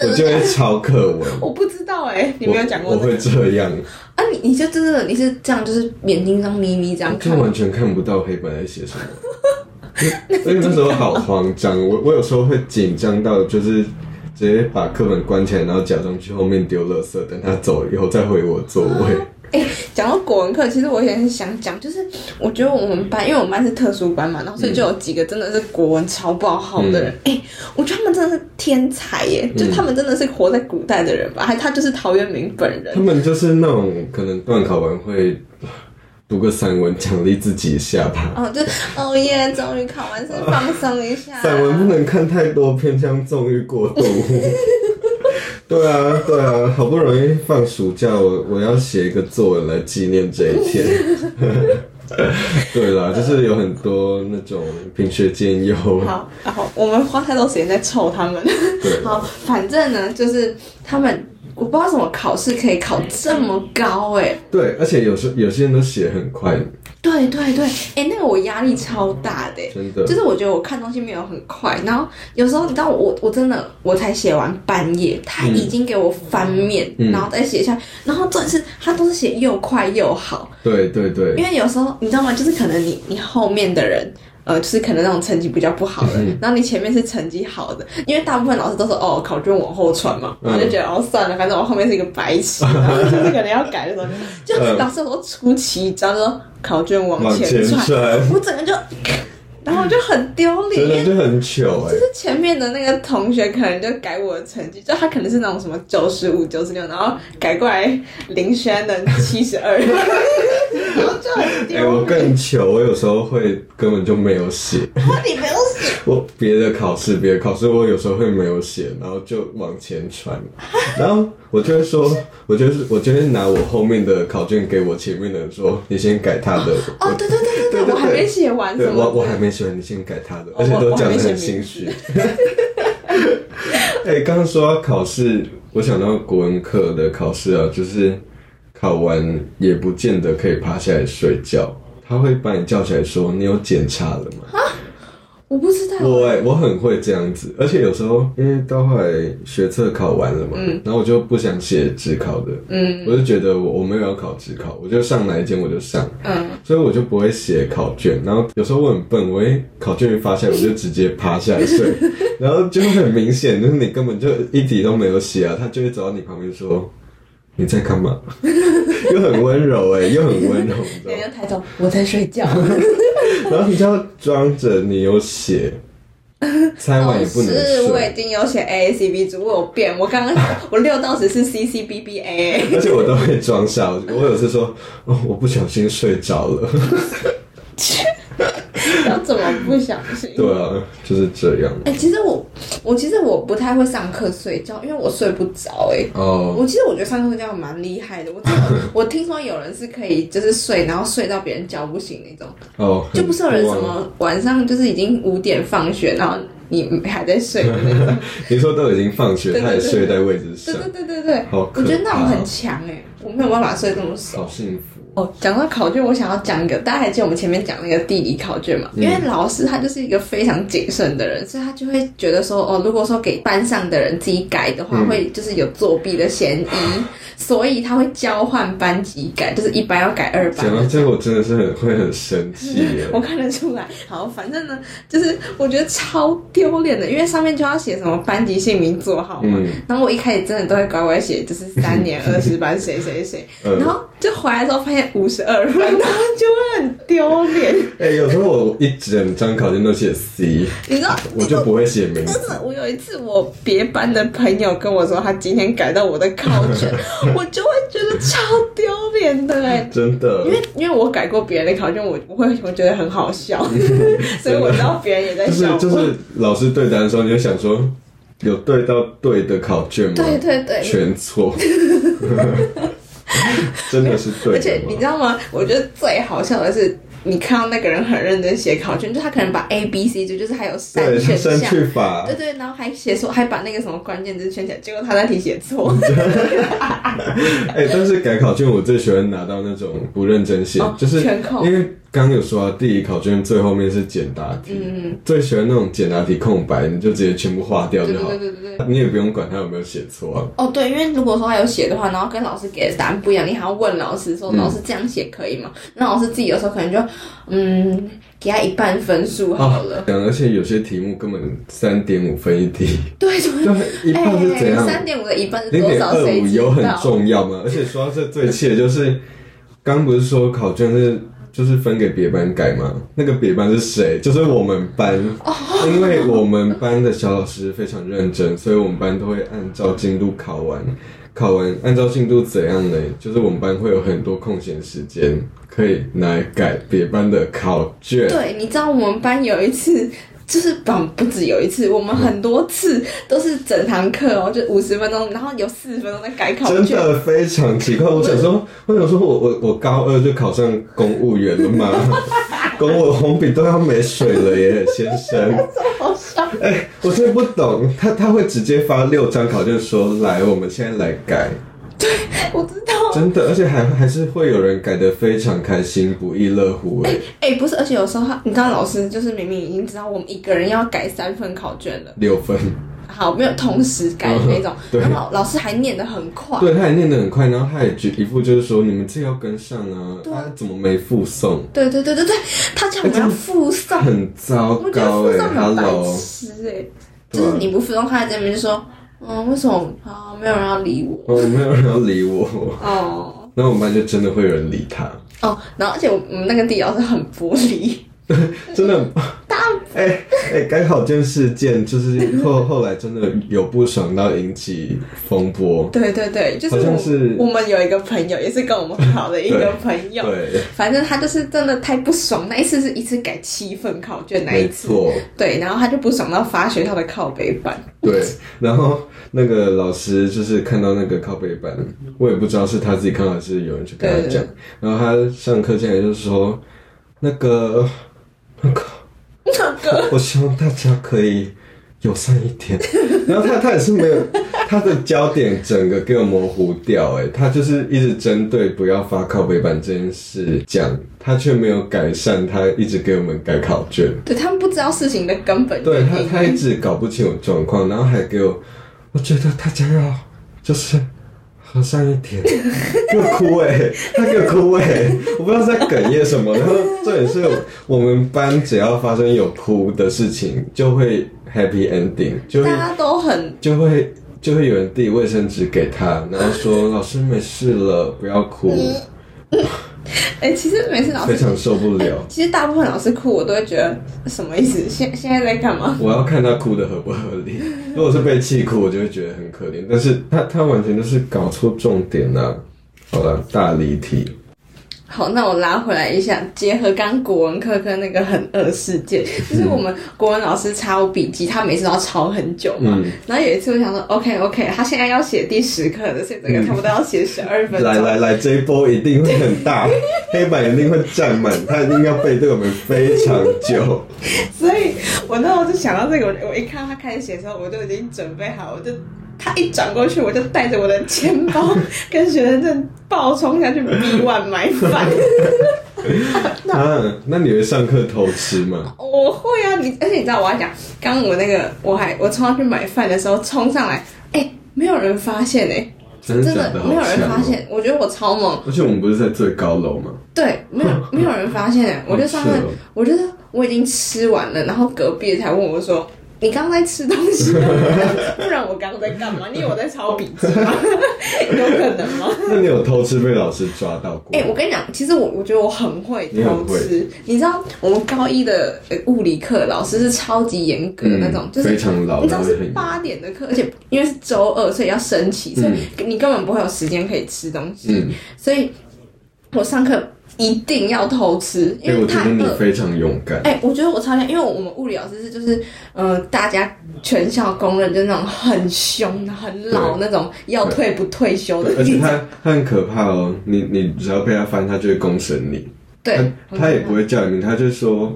Speaker 1: 我就会抄课文。
Speaker 2: 我不知道哎、嗯 <laughs> 你没有讲过
Speaker 1: 我
Speaker 2: 这
Speaker 1: 我
Speaker 2: 个
Speaker 1: 会这样，
Speaker 2: 啊？你你就真的你是这样，就是眼睛这样眯眯这样
Speaker 1: 就
Speaker 2: 看，
Speaker 1: 完全看不到黑板在写什么。所以那时候好慌张，我我有时候会紧张到就是直接把课本关起来，然后假装去后面丢垃圾，等他走以后再回我座位。
Speaker 2: 哎、讲到国文课，其实我也很想讲，就是我觉得我们班，因为我们班是特殊班嘛，然
Speaker 1: 嗯
Speaker 2: 后所以就有几个真的是国文超爆好的人，哎、我觉得他们真的是天才
Speaker 1: 嗯
Speaker 2: 耶，就他们真的是活在古代的人吧，还他就是陶渊明本人
Speaker 1: 他，们就是那种可能段考完会读个散文奖励自己一下吧。
Speaker 2: 哦，就哦耶，终于考完试放松一下，
Speaker 1: 散文不能看太多，偏向纵欲过
Speaker 2: <laughs>
Speaker 1: 度。对啊，对啊，好不容易放暑假，我我要写一个作文来纪念这一
Speaker 2: <laughs>
Speaker 1: 天。对啦，就是有很多那种品学兼优。
Speaker 2: 好，然后我们花太多时间在臭他们。
Speaker 1: 对，
Speaker 2: 好，反正呢，就是他们，我不知道怎么考试可以考这么高哎、
Speaker 1: 对，而且有时有些人都写很快，
Speaker 2: 对对对，哎、那个我压力超大的、欸，
Speaker 1: 真的
Speaker 2: 就。是我觉得我看东西没有很快，然后有时候你知道我我真的我才写完半页，他已经给我翻面，
Speaker 1: 嗯
Speaker 2: 然后再写下来，然后重点是他都是写又快又好，
Speaker 1: 对对对
Speaker 2: 因，为有时候你知道吗？就是可能你你后面的人。呃，就是可能那种成绩比较不好的，
Speaker 1: 嗯
Speaker 2: 然后你前面是成绩好的，因为大部分老师都说哦，考卷往后传嘛，
Speaker 1: 嗯
Speaker 2: 然后就觉得哦算了，反正我后面是一个白痴，然后就是可能要改的时候，就
Speaker 1: 嗯
Speaker 2: 老师有时候出奇招，就说考卷往
Speaker 1: 往前
Speaker 2: 前传，
Speaker 1: 传，
Speaker 2: 我整个就，然后我就很丢脸，
Speaker 1: 真
Speaker 2: 因
Speaker 1: 的
Speaker 2: 为
Speaker 1: 就很糗哎、
Speaker 2: 就是前面的那个同学可能就改我的成绩，就他可能是那种什么九十五、九十六，然后改过来林轩的七十二，然后就很
Speaker 1: 哎、我
Speaker 2: 丢脸。
Speaker 1: 更糗，我有时候会根本就没有写，
Speaker 2: 然后你没有写，
Speaker 1: 我别的考试，别的考试我有时候会没有写，然后就往前传， <laughs> 然后我就会说，我就是我就会拿我后面的考卷给我前面的人说，你先改他的。
Speaker 2: <laughs> 哦，对对
Speaker 1: 对
Speaker 2: 对对
Speaker 1: 对
Speaker 2: 对，我还没写完
Speaker 1: 对
Speaker 2: 什么
Speaker 1: 我
Speaker 2: 的，
Speaker 1: 我还没写完，你先改他的，
Speaker 2: 我
Speaker 1: 而且都
Speaker 2: 我还
Speaker 1: 讲
Speaker 2: 没
Speaker 1: 的很
Speaker 2: 写
Speaker 1: 心
Speaker 2: 名
Speaker 1: 虚。 <laughs> 哎、刚刚说到考试，我想到国文课的考试啊，就是考完也不见得可以趴下来睡觉，他会把你叫起来说：“你有检查了吗？”
Speaker 2: 我不知道。
Speaker 1: 我哎、我很会这样子，而且有时候因为到后来学测考完了嘛，然后我就不想写职考的，
Speaker 2: 嗯
Speaker 1: 我就觉得我我没有要考职考，我就上哪一间我就上，
Speaker 2: 嗯，
Speaker 1: 所以我就不会写考卷。然后有时候我很笨，我一考卷一发下来，我就直接趴下来
Speaker 2: <laughs>
Speaker 1: 睡，然后就会很明显，就是你根本就一题都没有写啊，他就会走到你旁边说你在干嘛，又很温柔哎、又很温柔，你知道
Speaker 2: 人
Speaker 1: 吗
Speaker 2: 家抬头，我在睡觉。
Speaker 1: 然后你就要装着你有写，
Speaker 2: <laughs>
Speaker 1: 猜完也不能
Speaker 2: 哦是，我已
Speaker 1: 睡，
Speaker 2: 经有写 A C B，只不过我有变，我刚刚
Speaker 1: <laughs>
Speaker 2: 我六到十是 C C B B A， <laughs>
Speaker 1: 而且我都会装傻。我有次说哦，我不小心睡着了， <laughs>
Speaker 2: 要怎么不小心？
Speaker 1: 对啊，就是这样。
Speaker 2: 哎、其实我我其实我不太会上课睡觉，因为我睡不着哎、
Speaker 1: 哦
Speaker 2: 我其实我觉得上课睡觉蛮厉害的，我真
Speaker 1: <laughs>
Speaker 2: 的我听说有人是可以就是睡，然后睡到别人叫不醒那种，
Speaker 1: 哦，
Speaker 2: 就不是有人
Speaker 1: 很
Speaker 2: 什
Speaker 1: 多啊
Speaker 2: 么晚上就是已经五点放学，然后你还在睡的
Speaker 1: <laughs>
Speaker 2: 那种。
Speaker 1: 你说都已经放学，
Speaker 2: 对对
Speaker 1: 他也睡在位置
Speaker 2: 对
Speaker 1: 上，
Speaker 2: 对对对对，
Speaker 1: 好可怕
Speaker 2: 我觉得那种很强哎、我没有办法睡这么熟。
Speaker 1: 好幸福。
Speaker 2: 哦，讲到考卷，我想要讲一个，大家还记得我们前面讲那个地理考卷
Speaker 1: 嗯
Speaker 2: 嘛？因为老师他就是一个非常谨慎的人，所以他就会觉得说，哦，如果说给班上的人自己改的话，
Speaker 1: 嗯
Speaker 2: 会就是有作弊
Speaker 1: <laughs>
Speaker 2: 的嫌疑，所以他会交换班级改，就是一班要改二班
Speaker 1: 讲。到这个，我真的是很会很生气耶。
Speaker 2: <laughs> 我看得出来，好，反正呢，就是我觉得超丢脸的，因为上面就要写什么班级姓名座号嘛，
Speaker 1: 嗯
Speaker 2: 然后我一开始真的都会乖乖写，就是
Speaker 1: <laughs>
Speaker 2: 三年二十班谁谁谁，
Speaker 1: 嗯
Speaker 2: 然后就回来之后发现五十
Speaker 1: <laughs>
Speaker 2: 二分，然后就会很丢脸。
Speaker 1: 哎、有时候我一整张考卷都写 C，
Speaker 2: 你知道，
Speaker 1: 我就不会写名
Speaker 2: <laughs>
Speaker 1: 字。
Speaker 2: 真的，我有一次我别班的朋友跟我说，他今天改到我的考
Speaker 1: <laughs>
Speaker 2: 卷，我就会觉得超丢脸的哎、
Speaker 1: 真的
Speaker 2: 因，为因为我改过别人的考卷，我我会我觉得很好
Speaker 1: <laughs>
Speaker 2: 笑，所以我知道别人也在
Speaker 1: 就是
Speaker 2: 笑我。
Speaker 1: 就是老师对答的时候，你就想说，有对到对的考卷吗？
Speaker 2: 对对对，
Speaker 1: 全
Speaker 2: <laughs>
Speaker 1: 错，真的是对
Speaker 2: 而且你
Speaker 1: 的
Speaker 2: 知
Speaker 1: 吗？
Speaker 2: 道吗？我觉得最好笑的是，你看到那个人很认真写考卷，就他可能把 A、B、C、D，就是还有
Speaker 1: 对，
Speaker 2: 三选
Speaker 1: 删
Speaker 2: 项。
Speaker 1: 去法
Speaker 2: 对，对，然后还写错，还把那个什么关键字圈起来，结果他那题写错。
Speaker 1: 嗯哎、但是改考卷我最喜欢拿到那种不认真写，
Speaker 2: 哦
Speaker 1: 就是
Speaker 2: 全扣
Speaker 1: 因为刚有说啊，地理考卷最后面是简答题，
Speaker 2: 嗯
Speaker 1: 最喜欢那种简答题空白，你就直接全部划掉
Speaker 2: 对
Speaker 1: 就
Speaker 2: 对
Speaker 1: 好
Speaker 2: 对，对对对。
Speaker 1: 你也不用管他有没有写错啊。
Speaker 2: 哦，对，因为如果说他有写的话，然后跟老师给的答案不一样，你还要问老师说
Speaker 1: 嗯
Speaker 2: 老师这样写可以吗？那老师自己有时候可能就嗯给他一半分数好了。
Speaker 1: 啊讲而且有些题目根本三点五分一
Speaker 2: <laughs>
Speaker 1: 题，
Speaker 2: 对对
Speaker 1: 对， <laughs> 一
Speaker 2: 哎
Speaker 1: 半是怎样？
Speaker 2: 三点五的一半是
Speaker 1: 零
Speaker 2: 多
Speaker 1: 点
Speaker 2: 少？
Speaker 1: 二
Speaker 2: 谁
Speaker 1: 五
Speaker 2: 知
Speaker 1: 有很
Speaker 2: 道？
Speaker 1: 重要吗？而且说到这最气的就是，刚不是说考卷是就是分给别班改吗？那个别班是谁？就是我们班，
Speaker 2: 哦
Speaker 1: 因为我们班的小老师非常认真，所以我们班都会按照进度考完。考完按照进度怎样呢？就是我们班会有很多空闲时间可以拿来改别班的考卷。
Speaker 2: 对，你知道我们班有一次。就是不不止有一次，我们很多次都是整堂课哦，就五十分钟，然后有四十分钟在改考
Speaker 1: 真
Speaker 2: <laughs> 卷。
Speaker 1: 的非常奇怪。我想说，我想说我我我高二就考上公务员了
Speaker 2: <laughs>
Speaker 1: 吗？公务红笔都要没水了耶，先生。
Speaker 2: 好笑。
Speaker 1: 哎、我真的不懂，他他会直接发六张考卷说，来，我们现在来改，
Speaker 2: 我知道。
Speaker 1: 真的，而且还还是会有人改的非常开心，不亦乐乎哎、
Speaker 2: 哎、不是，而且有时候他，你知道老师就是明明已经知道我们一个人要改三份考卷了，
Speaker 1: 六分，
Speaker 2: 好没有同时改的那种，
Speaker 1: 嗯对
Speaker 2: 然后老师还念得很快。
Speaker 1: 对，他也念得很快，然后他也举一副就是说你们自己要跟上啊，
Speaker 2: 对
Speaker 1: 他、
Speaker 2: 啊
Speaker 1: 怎么没附
Speaker 2: <laughs>
Speaker 1: 送？
Speaker 2: 对对对对对，他叫我们要附送，
Speaker 1: 哎很糟
Speaker 2: 我觉得
Speaker 1: 糕
Speaker 2: 附
Speaker 1: 哎、
Speaker 2: 送
Speaker 1: 哈
Speaker 2: 很白
Speaker 1: hello，
Speaker 2: 痴哎、
Speaker 1: 对
Speaker 2: 就
Speaker 1: 啊
Speaker 2: 是你不附送，他在这边就说，嗯，为什么啊没有人要理我？
Speaker 1: 哦，没有人要理我。
Speaker 2: 哦。
Speaker 1: 然后我们班就真的会有人理他，
Speaker 2: 哦，然后而且我们那个地老师很玻璃，
Speaker 1: 真的
Speaker 2: 大
Speaker 1: 哎哎，赶考卷事件就是
Speaker 2: <laughs>
Speaker 1: 后后来真的有不爽到引起风波，
Speaker 2: 对对对，就是
Speaker 1: 好像
Speaker 2: 我
Speaker 1: 是
Speaker 2: 我们有一个朋友，也是跟我们很好的一个朋友，
Speaker 1: 对，
Speaker 2: 反正他就是真的太不爽，那一次是一次改七份考卷那一
Speaker 1: 没
Speaker 2: 次，
Speaker 1: 错，
Speaker 2: 对，然后他就不爽到发学校的靠北板，
Speaker 1: 对。然后那个老师就是看到那个靠背板，我也不知道是他自己看到还是有人去跟他讲，
Speaker 2: 呃
Speaker 1: 然后他上课进来就说那个那个。
Speaker 2: 那个
Speaker 1: <laughs> 我希望大家可以友善一点。然后他他也是没有他的焦点整个给我模糊掉、哎，他就是一直针对不要发靠背板这件事讲，他却没有改善，他一直给我们改考卷。
Speaker 2: 对他们不知道事情的根本
Speaker 1: 对
Speaker 2: 原
Speaker 1: 他，他一
Speaker 2: 因，
Speaker 1: 直搞不清我状况，然后还给我，我觉得大家要就是和善一点，给我哭哎、他给我哭哎、我不知道是在哽咽什么。然后这也是我们班只要发生有哭的事情，就会 happy ending，就会
Speaker 2: 大家都很
Speaker 1: 就会就会有人递卫生纸给他，然后说老师没事了，不要哭，
Speaker 2: 哎、其实每次老
Speaker 1: 非
Speaker 2: 师，
Speaker 1: 常受不了。
Speaker 2: 其实大部分老师哭，我都会觉得什么意思？现现在在干嘛？
Speaker 1: 我要看他哭的合不合
Speaker 2: <laughs>
Speaker 1: 理。如果是被气哭，我就会觉得很可怜。但是他他完全就是搞错重点了、好了，大离题。
Speaker 2: 好，那我拉回来一下，结合刚刚国文课跟那个很饿事件，就是我们国文老师抄我笔记，他每次都要抄很久嘛。
Speaker 1: 嗯
Speaker 2: 然后有一次我想说，OK OK，他现在要写第十课的，所以这个差不多要写十二分
Speaker 1: 嗯
Speaker 2: 钟。
Speaker 1: 来来来，这一波一定会很大，
Speaker 2: <laughs>
Speaker 1: 黑板一定会占满，他一定要背对我们非常久。
Speaker 2: 所以我那时候就想到这个，我我一看到他开始写的时候，我就已经准备好，我就他一转过去，我就带着我的钱包 <laughs> 跟学生证暴冲下去 B one 买
Speaker 1: <laughs>
Speaker 2: 饭。
Speaker 1: 啊，那你会上课偷吃吗？
Speaker 2: 我会啊，你而且你知道我要讲，刚刚我那个我还我冲上去买饭的时候冲上来，哎、没有人发现哎、
Speaker 1: 真的
Speaker 2: 真
Speaker 1: 假
Speaker 2: 的
Speaker 1: 的？
Speaker 2: 没有人
Speaker 1: 好强哦。
Speaker 2: 发现，我觉得我超猛，
Speaker 1: 而且我们不是在最高楼吗？
Speaker 2: 对，没有没有人发现
Speaker 1: <laughs>
Speaker 2: 哎、我就上去
Speaker 1: 好扯哦，
Speaker 2: 我觉得我已经吃完了，然后隔壁才问我说。你刚在吃东西吗？ <laughs> 不然我刚刚在
Speaker 1: <laughs>
Speaker 2: 干嘛？你以为我在抄笔记吗？ <laughs> 有可能吗？
Speaker 1: 那你有偷吃被老师抓到过？
Speaker 2: 哎、我跟你讲，其实我我觉得我很会
Speaker 1: 你很
Speaker 2: 偷吃。你知道我们高一的呃物理课老师是超级严格的那种，
Speaker 1: 嗯
Speaker 2: 就是
Speaker 1: 非常老，
Speaker 2: 你知道
Speaker 1: 然后
Speaker 2: 是
Speaker 1: 也很
Speaker 2: 八点的课，而且因为是周二，所以要升旗，所以你根本不会有时间可以吃东西。
Speaker 1: 嗯，
Speaker 2: 所以我上课一定要偷吃，因
Speaker 1: 哎、
Speaker 2: 为
Speaker 1: 我觉
Speaker 2: 太
Speaker 1: 得你
Speaker 2: 饿。
Speaker 1: 非常勇敢。
Speaker 2: 哎、我觉得我超像，因为我们物理老师是就是，呃，大家全校公认就是那种很凶、很老那种，要退不退休的
Speaker 1: 对而且
Speaker 2: 那种。
Speaker 1: 他他很可怕哦，你你只要被他翻，他就会公审你。
Speaker 2: 对
Speaker 1: 他，
Speaker 2: 很
Speaker 1: 他也
Speaker 2: 可
Speaker 1: 不会叫你名，他就说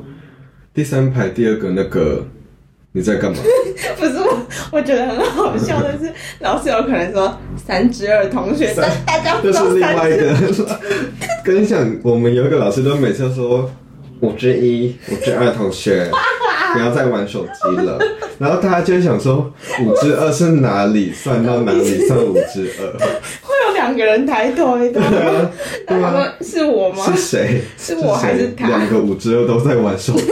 Speaker 1: 第三排第二个那个你在
Speaker 2: <laughs>
Speaker 1: 干嘛？
Speaker 2: 怕 <laughs> 不是我，我觉得很好笑的是，老师有可能说三之二同学，
Speaker 1: 三
Speaker 2: 但大家不
Speaker 1: 就
Speaker 2: 知道
Speaker 1: 是另
Speaker 2: 三
Speaker 1: 外一
Speaker 2: 之
Speaker 1: 个。跟你讲，我们有一个老师都每次都说五之一、五之二同
Speaker 2: <laughs>
Speaker 1: 学。不要再玩手机了，然后大家就会想说五之二是哪里算到哪里算五之二，
Speaker 2: 会有两个人抬头，你知道吗？
Speaker 1: 对啊
Speaker 2: 然后他说是我吗？
Speaker 1: 是谁？
Speaker 2: 是我还是
Speaker 1: 谁
Speaker 2: 他
Speaker 1: 两个五之二都在玩手
Speaker 2: <laughs>
Speaker 1: 机，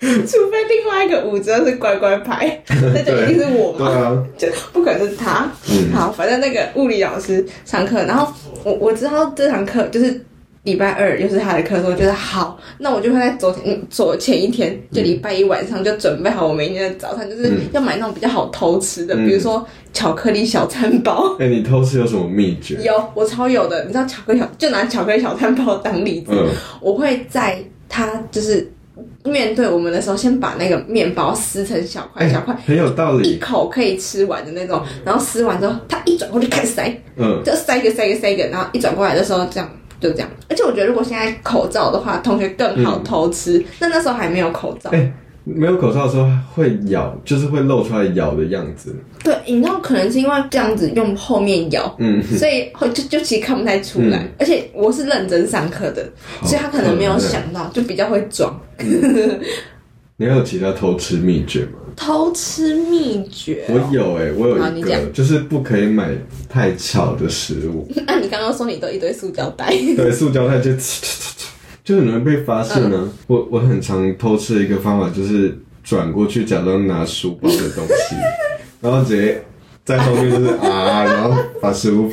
Speaker 2: 除非另外一个五折是乖乖牌，那就一定是我
Speaker 1: 对
Speaker 2: 嘛，
Speaker 1: 啊，
Speaker 2: <laughs> 就不可能是他。
Speaker 1: 嗯
Speaker 2: 好，反正那个物理老师上课，然后我我知道这堂课就是礼拜二又是他的课，所以我觉得好，那我就会在昨天嗯昨前一天就礼拜一晚上就准备好我明天的早餐，就是
Speaker 1: 嗯
Speaker 2: 要买那种比较好偷吃的，
Speaker 1: 嗯
Speaker 2: 比如说巧克力小餐包。 <laughs>
Speaker 1: 哎、你偷吃有什么秘诀？
Speaker 2: 有，我超有的，你知道巧克力小就拿巧克力小餐包当例子，
Speaker 1: 嗯，
Speaker 2: 我会在他就是面对我们的时候，先把那个面包撕成小块
Speaker 1: 哎
Speaker 2: 小块，
Speaker 1: 很有道
Speaker 2: 一
Speaker 1: 理。
Speaker 2: 口可以吃完的那种。然后撕完之后，他一转过去开始塞，
Speaker 1: 嗯，
Speaker 2: 就塞一个塞一个塞一个，然后一转过来的时候这样。就这样，而且我觉得如果现在口罩的话，同学更好偷吃。
Speaker 1: 嗯
Speaker 2: 那那时候还没有口罩，
Speaker 1: 哎没有口罩的时候会咬，就是会露出来咬的样子。
Speaker 2: 对，你知道可能是因为这样子用后面咬，
Speaker 1: 嗯，
Speaker 2: 所以会就就其实看不太出来。
Speaker 1: 嗯
Speaker 2: 而且我是认真上课的，所以他可能没有想到，就比较会装。
Speaker 1: 嗯你还有其他偷吃秘诀吗？
Speaker 2: <laughs> 偷吃秘诀哦、
Speaker 1: 我有哎、我
Speaker 2: 好
Speaker 1: 有一
Speaker 2: 你
Speaker 1: 个，
Speaker 2: 讲
Speaker 1: 就是不可以买太吵的食
Speaker 2: <laughs>
Speaker 1: 物，
Speaker 2: 那、你刚刚说你都一堆塑胶袋，
Speaker 1: 对，塑胶袋就 <laughs> 就很容易被发现呢、啊
Speaker 2: 嗯
Speaker 1: 我我很常偷吃的一个方法就是转过去假装拿书包的东
Speaker 2: <laughs>
Speaker 1: 西，然后直接在后面就是啊，然
Speaker 2: <laughs>
Speaker 1: 后把食物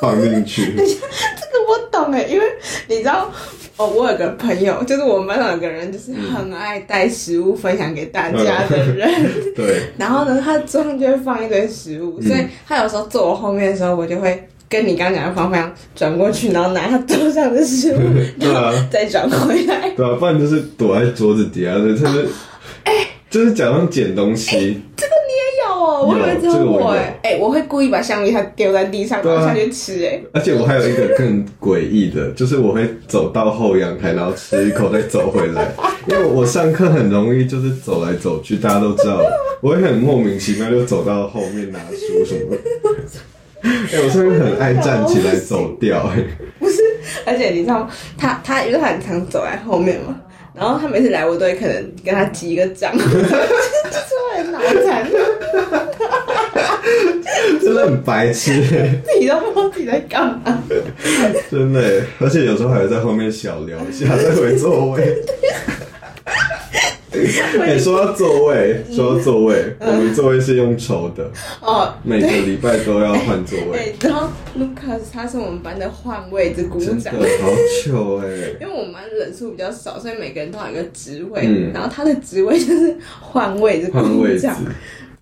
Speaker 1: 放进去。
Speaker 2: 欸这个我懂哎，因为你知道哦，我有个朋友，就是我们班上有个人，就是很爱带食物分享给大家的人。
Speaker 1: <laughs> 对，
Speaker 2: 然后呢，他桌上就会放一堆食物，
Speaker 1: 嗯
Speaker 2: 所以他有时候坐我后面的时候，我就会跟你刚刚讲的方向转过去，然后拿他桌上的食物，
Speaker 1: <laughs> 对啊
Speaker 2: 然后再转回来。
Speaker 1: 对啊，不然就是躲在桌子底下，对，他就，就是假装捡东西，
Speaker 2: 这个你也有哦，我以为只
Speaker 1: 啊有这
Speaker 2: 有
Speaker 1: 个我
Speaker 2: 我
Speaker 1: 有
Speaker 2: 哎、哎、我会故意把橡皮擦丢在地上，
Speaker 1: 对啊
Speaker 2: 然后下去吃哎、
Speaker 1: 而且我还有一个更诡异的，就是我会走到后阳台，然后吃一口再走回来，因为我上课很容易就是走来走去，大家都知道，我会很莫名其妙就走到后面拿书什么的。哎、我是不是很爱站起来走掉、哎，
Speaker 2: 而且你知道他他因为他很常走在后面嘛，然后他每次来我都会可能跟他击一个掌， <laughs> 就是会很脑残，
Speaker 1: 真的很白痴、哎
Speaker 2: 自己都不知道自己在干嘛。
Speaker 1: 真的、哎而且有时候还会在后面小聊一
Speaker 2: <laughs>
Speaker 1: 下，再回座位。哎、说到座位，
Speaker 2: 嗯
Speaker 1: 说到座位，我们座位是用抽的，
Speaker 2: 哦，
Speaker 1: 每个礼拜都要换座位。
Speaker 2: 对，然后 Lucas 他是我们班的换位之鼓
Speaker 1: 真的
Speaker 2: 掌。
Speaker 1: 好糗哎、
Speaker 2: 因为我们班人数比较少，所以每个人都有一个职位，
Speaker 1: 嗯
Speaker 2: 然后他的职位就是换位，就
Speaker 1: 换
Speaker 2: <laughs> 鼓
Speaker 1: 位置
Speaker 2: 掌。，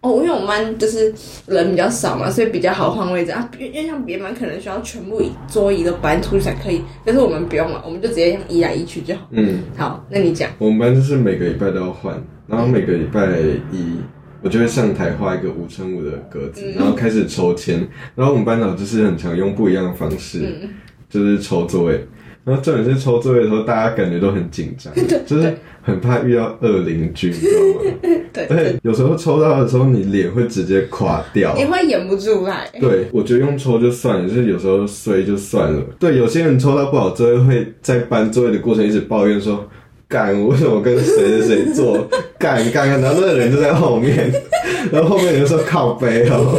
Speaker 2: 哦，因为我们班就是人比较少嘛，所以比较好换位置啊。因为因为像别班可能需要全部椅桌椅都搬出去才可以，但是我们不用了，我们就直接这样移来移去就好。
Speaker 1: 嗯，
Speaker 2: 好，那你讲，
Speaker 1: 我们班就是每个礼拜都要换，然后每个礼拜一我就会上台画一个五乘五的格
Speaker 2: 嗯
Speaker 1: 子，然后开始抽签，然后我们班长就是很常用不一样的方式，
Speaker 2: 嗯
Speaker 1: 就是抽座位。然后重点是抽座位的时候，大家感觉都很紧
Speaker 2: <laughs>
Speaker 1: 张，就是很怕遇到恶邻居，你知道吗？
Speaker 2: 对，
Speaker 1: 而且有时候抽到的时候，你脸会直接垮掉。
Speaker 2: 你会演不啊出来。
Speaker 1: 对，我觉得用抽就算了，就是有时候衰就算了。对，有些人抽到不好座位，会在搬座位的过程一直抱怨说：“干，我为什么跟谁谁谁坐？ <laughs> 干干干。”然后那个人就在后面， <laughs> 然后后面人说：“靠背哦，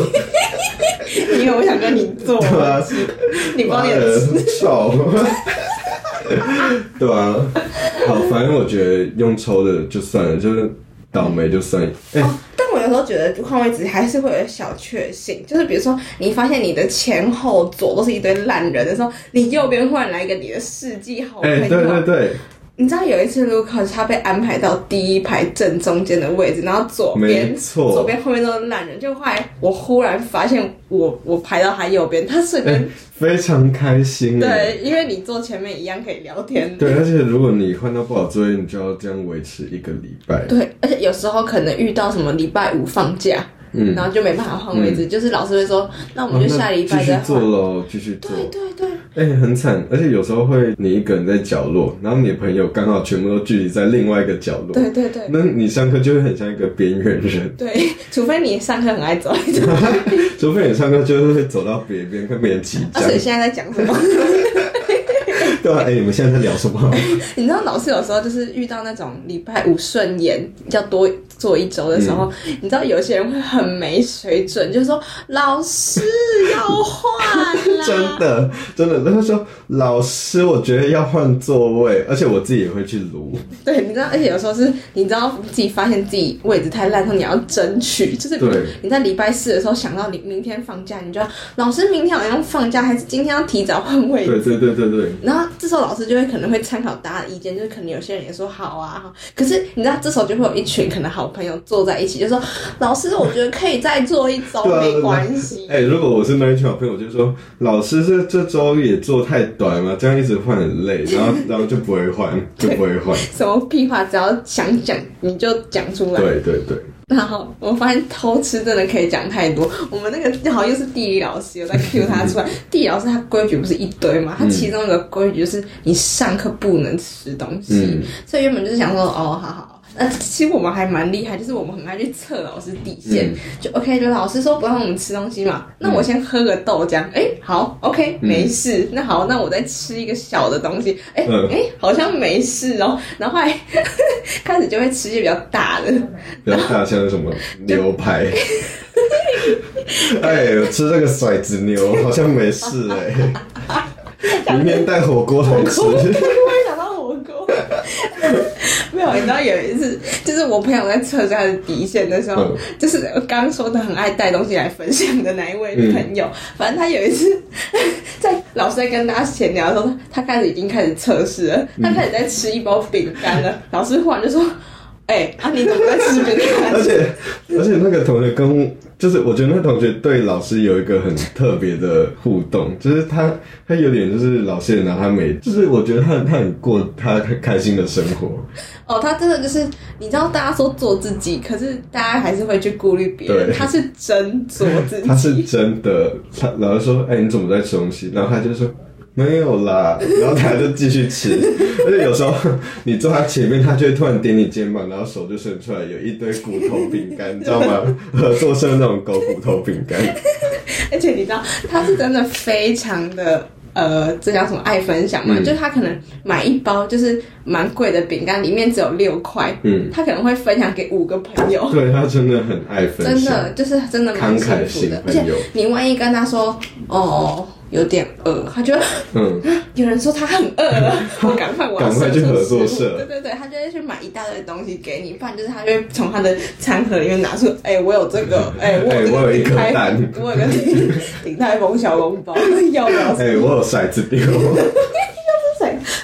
Speaker 2: <laughs> 因为我想跟你
Speaker 1: <laughs>
Speaker 2: 做，
Speaker 1: 对啊，
Speaker 2: <laughs> 你帮
Speaker 1: 妈
Speaker 2: 你
Speaker 1: 的臭。” <laughs> 对啊，好，反正我觉得用抽的就算了，就是倒霉就算了。哎、
Speaker 2: 哦，但我有时候觉得换位置还是会有小确幸，就是比如说你发现你的前后左都是一堆烂人的时候，你右边换来一个你的世纪好朋
Speaker 1: 哎、
Speaker 2: 友。
Speaker 1: 对对对，
Speaker 2: 你知道有一次 Lucas 他被安排到第一排正中间的位置，然后左
Speaker 1: 没
Speaker 2: 边
Speaker 1: 错
Speaker 2: 左边后面都是烂人，就后来我忽然发现我我排到他右边，他瞬
Speaker 1: 哎、
Speaker 2: 间、
Speaker 1: 非常开心、哎。
Speaker 2: 对，因为你坐前面一样可以聊天。
Speaker 1: 对，而且如果你换到不好座位，你就要这样维持一个礼拜。
Speaker 2: 对，而且有时候可能遇到什么礼拜五放假，
Speaker 1: 嗯
Speaker 2: 然后就没办法换位置，就是老师会说，那我
Speaker 1: 然后
Speaker 2: 们就
Speaker 1: 那
Speaker 2: 下礼拜
Speaker 1: 继
Speaker 2: 再
Speaker 1: 续做
Speaker 2: 换。
Speaker 1: 喽，继续做。
Speaker 2: 对对对，
Speaker 1: 哎、很惨，而且有时候会你一个人在角落，然后你的朋友刚好全部都聚集在另外一个角落，
Speaker 2: 对对对
Speaker 1: 那你上课就会很像一个边缘人，
Speaker 2: 对，除非你上课很爱
Speaker 1: <laughs>
Speaker 2: 走一走。
Speaker 1: 除非你上课就是会走到别边跟别人起
Speaker 2: 老
Speaker 1: 讲
Speaker 2: 师，你。现在在讲什么？
Speaker 1: 对啊，哎、你们现在在聊什么？
Speaker 2: <laughs> 你知道老师有时候就是遇到那种礼拜五顺延要多做一周的时候，你知道有些人会很没水准，就说老师要换啦。
Speaker 1: 真的，真的，他会说老师，我觉得要换座位，而且我自己也会去撸。
Speaker 2: 对，你知道，而且有时候是你知道自己发现自己位置太烂，然后你要争取，就是
Speaker 1: 对
Speaker 2: 你在礼拜四的时候想到你明天放假，你就要老师明天好像放假，还是今天要提早换位置
Speaker 1: 对对对对对，
Speaker 2: 然后这时候老师就会可能会参考大家的意见，就是可能有些人也说好啊，哈可是你知道这时候就会有一群可能好朋友坐在一起，就说老师，我觉得可以再做一周，
Speaker 1: 对啊
Speaker 2: 没关系。
Speaker 1: 哎、如果我是那一群好朋友，我就说老师这这周也做太短了，这样一直换很 <laughs> 累，然后然后就不会换，就不会换。
Speaker 2: 什么屁话，只要想讲你就讲出来。
Speaker 1: <laughs> 对对对，
Speaker 2: 然后我发现偷吃真的可以讲太多。我们那个好像又是地理老
Speaker 1: <laughs>
Speaker 2: 师，有在 Q 他出来。地理老师他规矩不是一堆嘛，他其中一个规矩就是你上课不能吃东西，
Speaker 1: 嗯
Speaker 2: 所以原本就是想说，哦，好好。那其实我们还蛮厉害，就是我们很爱去测老师底线，
Speaker 1: 嗯
Speaker 2: 就 OK，就老师说不让我们吃东西嘛，那我先喝个豆浆，哎、好，OK，没
Speaker 1: 嗯
Speaker 2: 事，那好，那我再吃一个小的东西，哎、
Speaker 1: 嗯
Speaker 2: 哎、好像没事哦，然后后来 <laughs> 开始就会吃一些比较大的，
Speaker 1: 比较大像是什么牛排。 <laughs> 哎、我吃这个骰子牛好像没事哎、 <laughs> 明天带火锅来吃。
Speaker 2: 突然想到火锅。 <laughs> 没有，你知道有一次，就是我朋友在测试他的底线的时候，
Speaker 1: 嗯
Speaker 2: 就是我刚
Speaker 1: 嗯
Speaker 2: 刚说的很爱带东西来分享的那一位朋友，反正他有一次在老师在跟大家闲聊的时候，他开始已经开始测试了，
Speaker 1: 嗯
Speaker 2: 他开始在吃一包饼干了。老师忽然就说：“哎、啊，你怎么在吃饼干？”
Speaker 1: 而且而且那个同学跟就是我觉得那个同学对老师有一个很特别的互动，就是他他有点就是老师也拿他没，就是我觉得他他很过他很开心的生活，
Speaker 2: 哦，他真的就是，你知道大家说做自己，可是大家还是会去顾虑别人，
Speaker 1: 对
Speaker 2: 他是真做自己。
Speaker 1: 他是真的。他老师说：“哎、你怎么在吃东西？”然后他就说。没有啦，然后他就继续吃，
Speaker 2: <laughs>
Speaker 1: 而且有时候你坐他前面，他就会突然点你肩膀，然后手就伸出来，有一堆骨头饼干，你知道吗？ <laughs> 合作社那种狗骨头饼
Speaker 2: <laughs>
Speaker 1: 干，
Speaker 2: 而且你知道，他是真的非常的。呃，这叫什么爱分享嘛？
Speaker 1: 嗯
Speaker 2: 就是他可能买一包就是蛮贵的饼干，里面只有六块，
Speaker 1: 嗯
Speaker 2: 他可能会分享给五个朋友，
Speaker 1: 对他真的很爱 <laughs> 分
Speaker 2: 真
Speaker 1: 享，
Speaker 2: 的就是真的蛮
Speaker 1: 慷
Speaker 2: 幸
Speaker 1: 慨
Speaker 2: 福
Speaker 1: 型
Speaker 2: 的。
Speaker 1: 朋
Speaker 2: 而且
Speaker 1: 友
Speaker 2: 你万一跟他说哦有点饿，他觉得
Speaker 1: 嗯，
Speaker 2: <laughs> 有人说他很
Speaker 1: <laughs>
Speaker 2: 饿了，我赶快我要
Speaker 1: 赶快去合作
Speaker 2: 社。
Speaker 1: 社
Speaker 2: 对对对，他就会去买一大堆东西给你，不然就是他就会从他的餐盒里面拿出，哎、我有
Speaker 1: <laughs>
Speaker 2: 这个，哎、我有这
Speaker 1: 哎我有
Speaker 2: 个
Speaker 1: 一
Speaker 2: 鼎
Speaker 1: 颗
Speaker 2: 泰，
Speaker 1: 蛋
Speaker 2: <laughs> 我有个鼎鼎泰丰小笼包， <laughs> 要不要吃
Speaker 1: 哎、？我有骰子丢，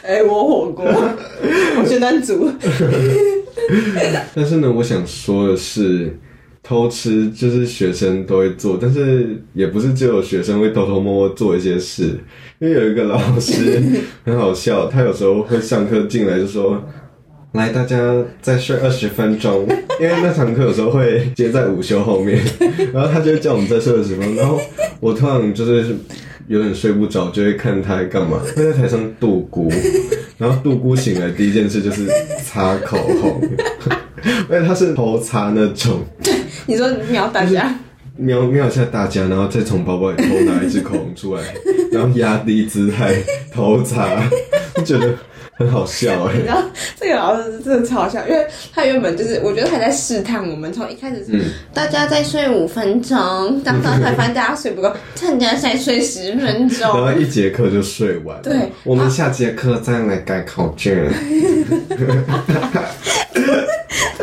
Speaker 2: 哎、我火锅， <laughs> 我宣单组，
Speaker 1: 但是呢，我想说的是，偷吃就是学生都会做，但是也不是只有学生会偷偷摸摸做一些事。因为有一个老师很好笑，他有时候会上课进来就说：“来，大家再睡二十分钟。”因为那堂课有时候会接在午休后面，然后他就会叫我们再睡二十分钟。然后我通常就是有点睡不着，就会看他在干嘛。他在台上度孤，然后度孤醒来第一件事就是擦口红，而且他是头擦那种。
Speaker 2: <laughs> 你说秒大家，
Speaker 1: 瞄瞄一下大家，然后再从包包里偷拿一支口红出来，然后压低姿态偷擦，就觉得很好笑哎、
Speaker 2: <laughs> 你知道这个老师真的超好笑，因为他原本就是，我觉得他在试探我们，从一开始是、
Speaker 1: 嗯
Speaker 2: 大家再睡五分钟，当到
Speaker 1: <laughs>
Speaker 2: 才发现大家睡不够，趁大家再睡十分钟， <laughs>
Speaker 1: 然后一节课就睡完，
Speaker 2: 对
Speaker 1: 我们下节课再来改考卷。
Speaker 2: 可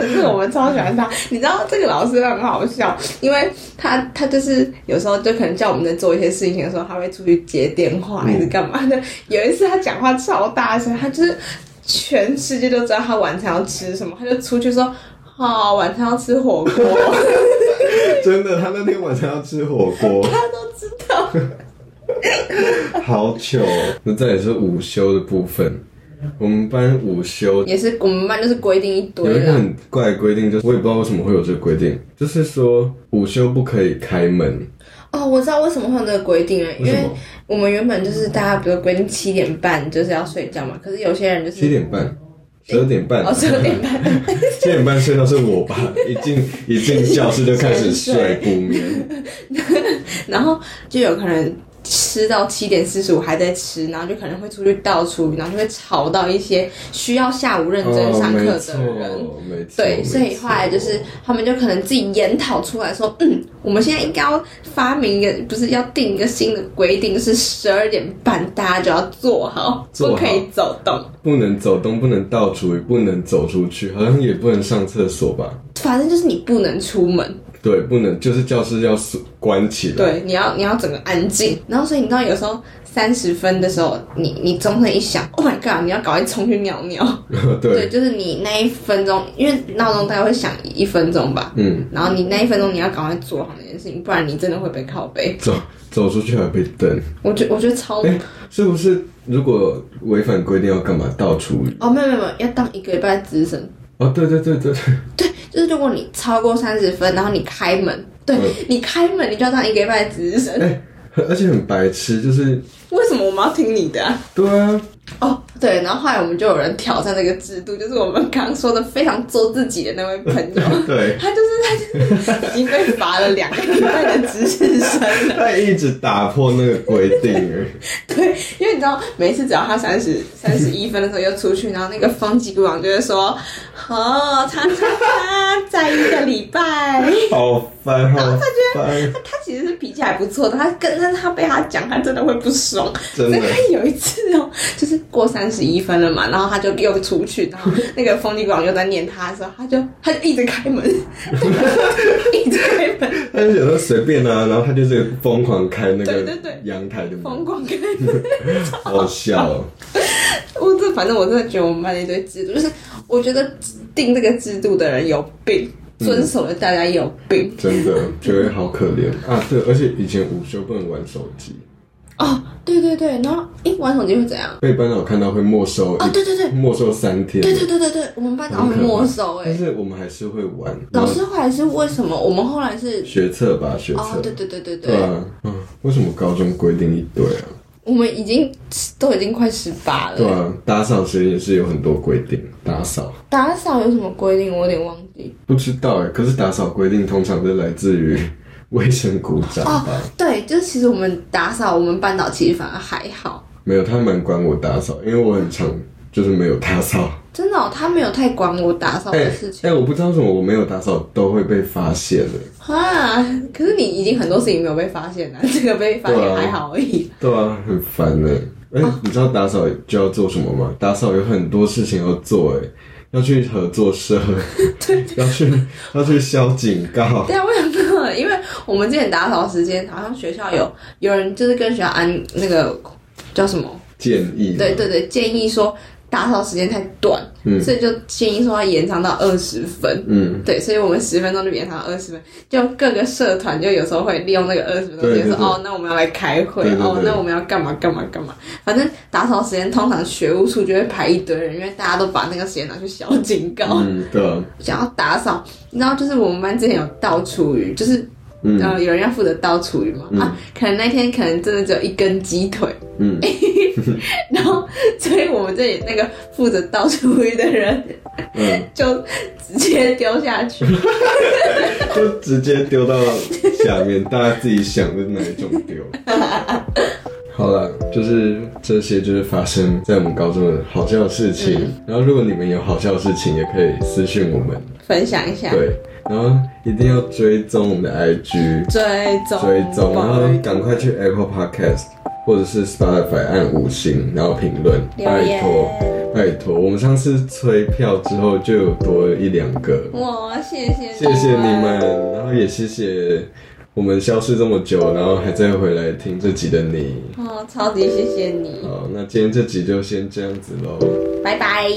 Speaker 2: 是 <laughs> 我们超喜欢他，你知道这个老师很好笑，因为他他就是有时候就可能叫我们在做一些事情的时候，他会出去接电话
Speaker 1: 嗯
Speaker 2: 还是干嘛的。有一次他讲话超大声，他就是全世界都知道他晚餐要吃什么，他就出去说。哦，晚餐要吃火锅， <laughs>
Speaker 1: 真的，他那天晚上要吃火锅，
Speaker 2: 他都知道。
Speaker 1: 好糗哦。那再也是午休的部分，我们班午休
Speaker 2: 也是我们班就是规定一堆
Speaker 1: 有一个
Speaker 2: 了，
Speaker 1: 很怪的规定，就是我也不知道为什么会有这个规定，就是说午休不可以开门。
Speaker 2: 哦，我知道为什么会有这个规定啊了，因
Speaker 1: 为什
Speaker 2: 为
Speaker 1: 么
Speaker 2: 我们原本就是大家不是规定七点半就是要睡觉嘛，可是有些人就是
Speaker 1: 七点半，十二点半，
Speaker 2: 嗯哦十二点半，
Speaker 1: 七点半睡到是我
Speaker 2: <laughs>
Speaker 1: 吧？一进一进教室就开始睡不眠，
Speaker 2: 然后就有可能吃到七点四十五还在吃，然后就可能会出去倒厨，然后就会吵到一些需要下午认 <laughs> 真上课的人。
Speaker 1: 哦没错，没错，
Speaker 2: 对，所以后来就是他们就可能自己研讨出来说，嗯，我们现在应该要发明一个，不是要定一个新的规定，就是十二点半大家就要坐好，
Speaker 1: 坐
Speaker 2: 不
Speaker 1: 好
Speaker 2: 可以走动。
Speaker 1: 不能走动，不能倒厨，也不能走出去，好像也不能上厕所吧？
Speaker 2: 反正就是你不能出门，
Speaker 1: 对，不能，就是教室要锁关起来。，
Speaker 2: 对，你要你要整个安静。然后所以你知道有时候三十分的时候，你你钟声一响，Oh my god，你要赶快冲去尿尿。对，
Speaker 1: 对，
Speaker 2: 就是你那一分钟，因为闹钟大概会响一分钟吧，
Speaker 1: 嗯，
Speaker 2: 然后你那一分钟你要赶快做好那件事情，不然你真的会被靠背。
Speaker 1: 走走出去还被瞪，
Speaker 2: 我觉我觉得超、
Speaker 1: 哎是不是？如果违反规定要干嘛？倒厨？
Speaker 2: 哦，没有没有没有，要当一个礼拜的资深，
Speaker 1: 哦，对对对对对，
Speaker 2: 就是如果你超过三十分，然后你开门，对、
Speaker 1: 嗯
Speaker 2: 你开门，你就要当一个礼拜的资 <laughs> 深。
Speaker 1: 哎、而且很白痴，就是
Speaker 2: 为什么我们要听你的、啊？
Speaker 1: 对啊，
Speaker 2: 哦，对，然后后来我们就有人挑战这个制度，就是我们刚刚说的非常做自己的那位朋友，
Speaker 1: 对，
Speaker 2: <laughs> 他就是他就是已经被罚了两个礼拜的知识生了。
Speaker 1: <laughs> 他一直打破那个规定
Speaker 2: <laughs>
Speaker 1: 哎。
Speaker 2: 对，因为你知道，每次只要他三十三十一分的时候又出去，然后那个风纪股长就会说：“哦，叉叉叉，在一个礼拜。
Speaker 1: 好烦，好烦，”
Speaker 2: 他其实是脾气还不错的，他跟但是他被他讲，他真的会不爽。
Speaker 1: 真
Speaker 2: 所
Speaker 1: 的
Speaker 2: 以他有一次哦，就是过三三十一分了嘛，然后他就又出去，然 <laughs> 后那个风纪股长又在念他的时候，他就他就一直开门， <laughs> 一直开门，
Speaker 1: 他就想说随便啊，然后他就是疯狂开那
Speaker 2: 对
Speaker 1: 个
Speaker 2: 对对
Speaker 1: 阳台的门
Speaker 2: 疯，狂开门。
Speaker 1: 好笑哦。
Speaker 2: 我这反正我真的觉得我们班的一堆制度，就是我觉得定这个制度的人有病，遵守的大家也有病。
Speaker 1: 真的觉得好可
Speaker 2: <laughs>
Speaker 1: 怜啊！对，而且以前午休不能玩手机，
Speaker 2: 哦，对对对，然后一玩手机会怎样？
Speaker 1: 被班长看到会没收一，
Speaker 2: 哦，对对对，
Speaker 1: 没收三天，
Speaker 2: 对对对对对，我们班长会
Speaker 1: 很可怕
Speaker 2: 没收哎、
Speaker 1: 但是我们还是会玩。
Speaker 2: 老师后来是为什么？我们后来是
Speaker 1: 嗯学测吧，学测、
Speaker 2: 哦，对对对对对，
Speaker 1: 对啊，嗯，为什么高中规定一堆啊？
Speaker 2: 我们已经都已经快十八了。
Speaker 1: 对啊，打扫时间也是有很多规定，打扫
Speaker 2: 打扫有什么规定？我有点忘记。
Speaker 1: 不知道哎、可是打扫规定通常是来自于卫生股长
Speaker 2: 哦
Speaker 1: 吧？，
Speaker 2: 对，就是其实我们打扫，我们班导其实反而还好，
Speaker 1: 没有，他蛮管我打扫，因为我很常就是没有打扫。
Speaker 2: 真的、哦，他没有太管我打扫
Speaker 1: 哎
Speaker 2: 的
Speaker 1: 哎、
Speaker 2: 事情、
Speaker 1: 我不知道为什么我没有打扫都会被发现欸的、
Speaker 2: 啊。可是你已经很多事情没有被发
Speaker 1: <laughs>
Speaker 2: 现了，这个被发
Speaker 1: 对
Speaker 2: 现
Speaker 1: 啊
Speaker 2: 还好而已。
Speaker 1: 对啊，很烦呢、哎、
Speaker 2: 哦
Speaker 1: 你知道打扫就要做什么吗？打扫有很多事情要做、哎，要去合作社，要去要去消警告，
Speaker 2: 对啊，为什么？因为我们之前打扫时间，好像学校有有人就是跟学校安那个叫什么？
Speaker 1: 建议。
Speaker 2: 对，对对，建议说打扫时间太短，
Speaker 1: 嗯
Speaker 2: 所以就建议说要延长到二十分。
Speaker 1: 嗯，
Speaker 2: 对，所以我们十分钟就延长二十分，就各个社团就有时候会利用那个二十分钟，
Speaker 1: 对
Speaker 2: 就
Speaker 1: 对
Speaker 2: 说
Speaker 1: 对
Speaker 2: 哦，那我们要来开会，
Speaker 1: 对对对
Speaker 2: 哦，那我们要干嘛干嘛干嘛。反正打扫时间，通常学务处就会排一堆人，因为大家都把那个时间拿去小警告，
Speaker 1: 嗯，对啊，
Speaker 2: 想要打扫。你知道，就是我们班之前有倒厨余，就是
Speaker 1: 嗯
Speaker 2: 呃有人要负责倒厨余嘛，啊，可能那天可能真的只有一根鸡腿，
Speaker 1: 嗯，
Speaker 2: <laughs> 然后所以我们这里那个负责倒厨余的人 <laughs>
Speaker 1: 嗯，
Speaker 2: 就直接丢下
Speaker 1: <laughs>
Speaker 2: 去。
Speaker 1: 就直接丢到下面，大家自己想的哪一种
Speaker 2: <laughs>
Speaker 1: 丢。好了，就是这些，就是发生在我们高中的好笑的事情。
Speaker 2: 嗯
Speaker 1: 然后，如果你们有好笑的事情，也可以私信我们。
Speaker 2: 分享一下，
Speaker 1: 对，然后一定要追踪我们的 IG，
Speaker 2: 追踪
Speaker 1: 追踪，啊然后
Speaker 2: 拜
Speaker 1: 赶快去 Apple Podcast 或者是 Spotify 按五星，然后评论，
Speaker 2: 留
Speaker 1: 拜
Speaker 2: 言
Speaker 1: 托拜托。我们上次催票之后就有多一两个，
Speaker 2: 哇，谢谢
Speaker 1: 谢谢你们，然后也谢谢我们消失这么久，然后还再回来听这集的你。
Speaker 2: 哦，超级谢谢你，
Speaker 1: 好，那今天这集就先这样子喽。
Speaker 2: 拜拜。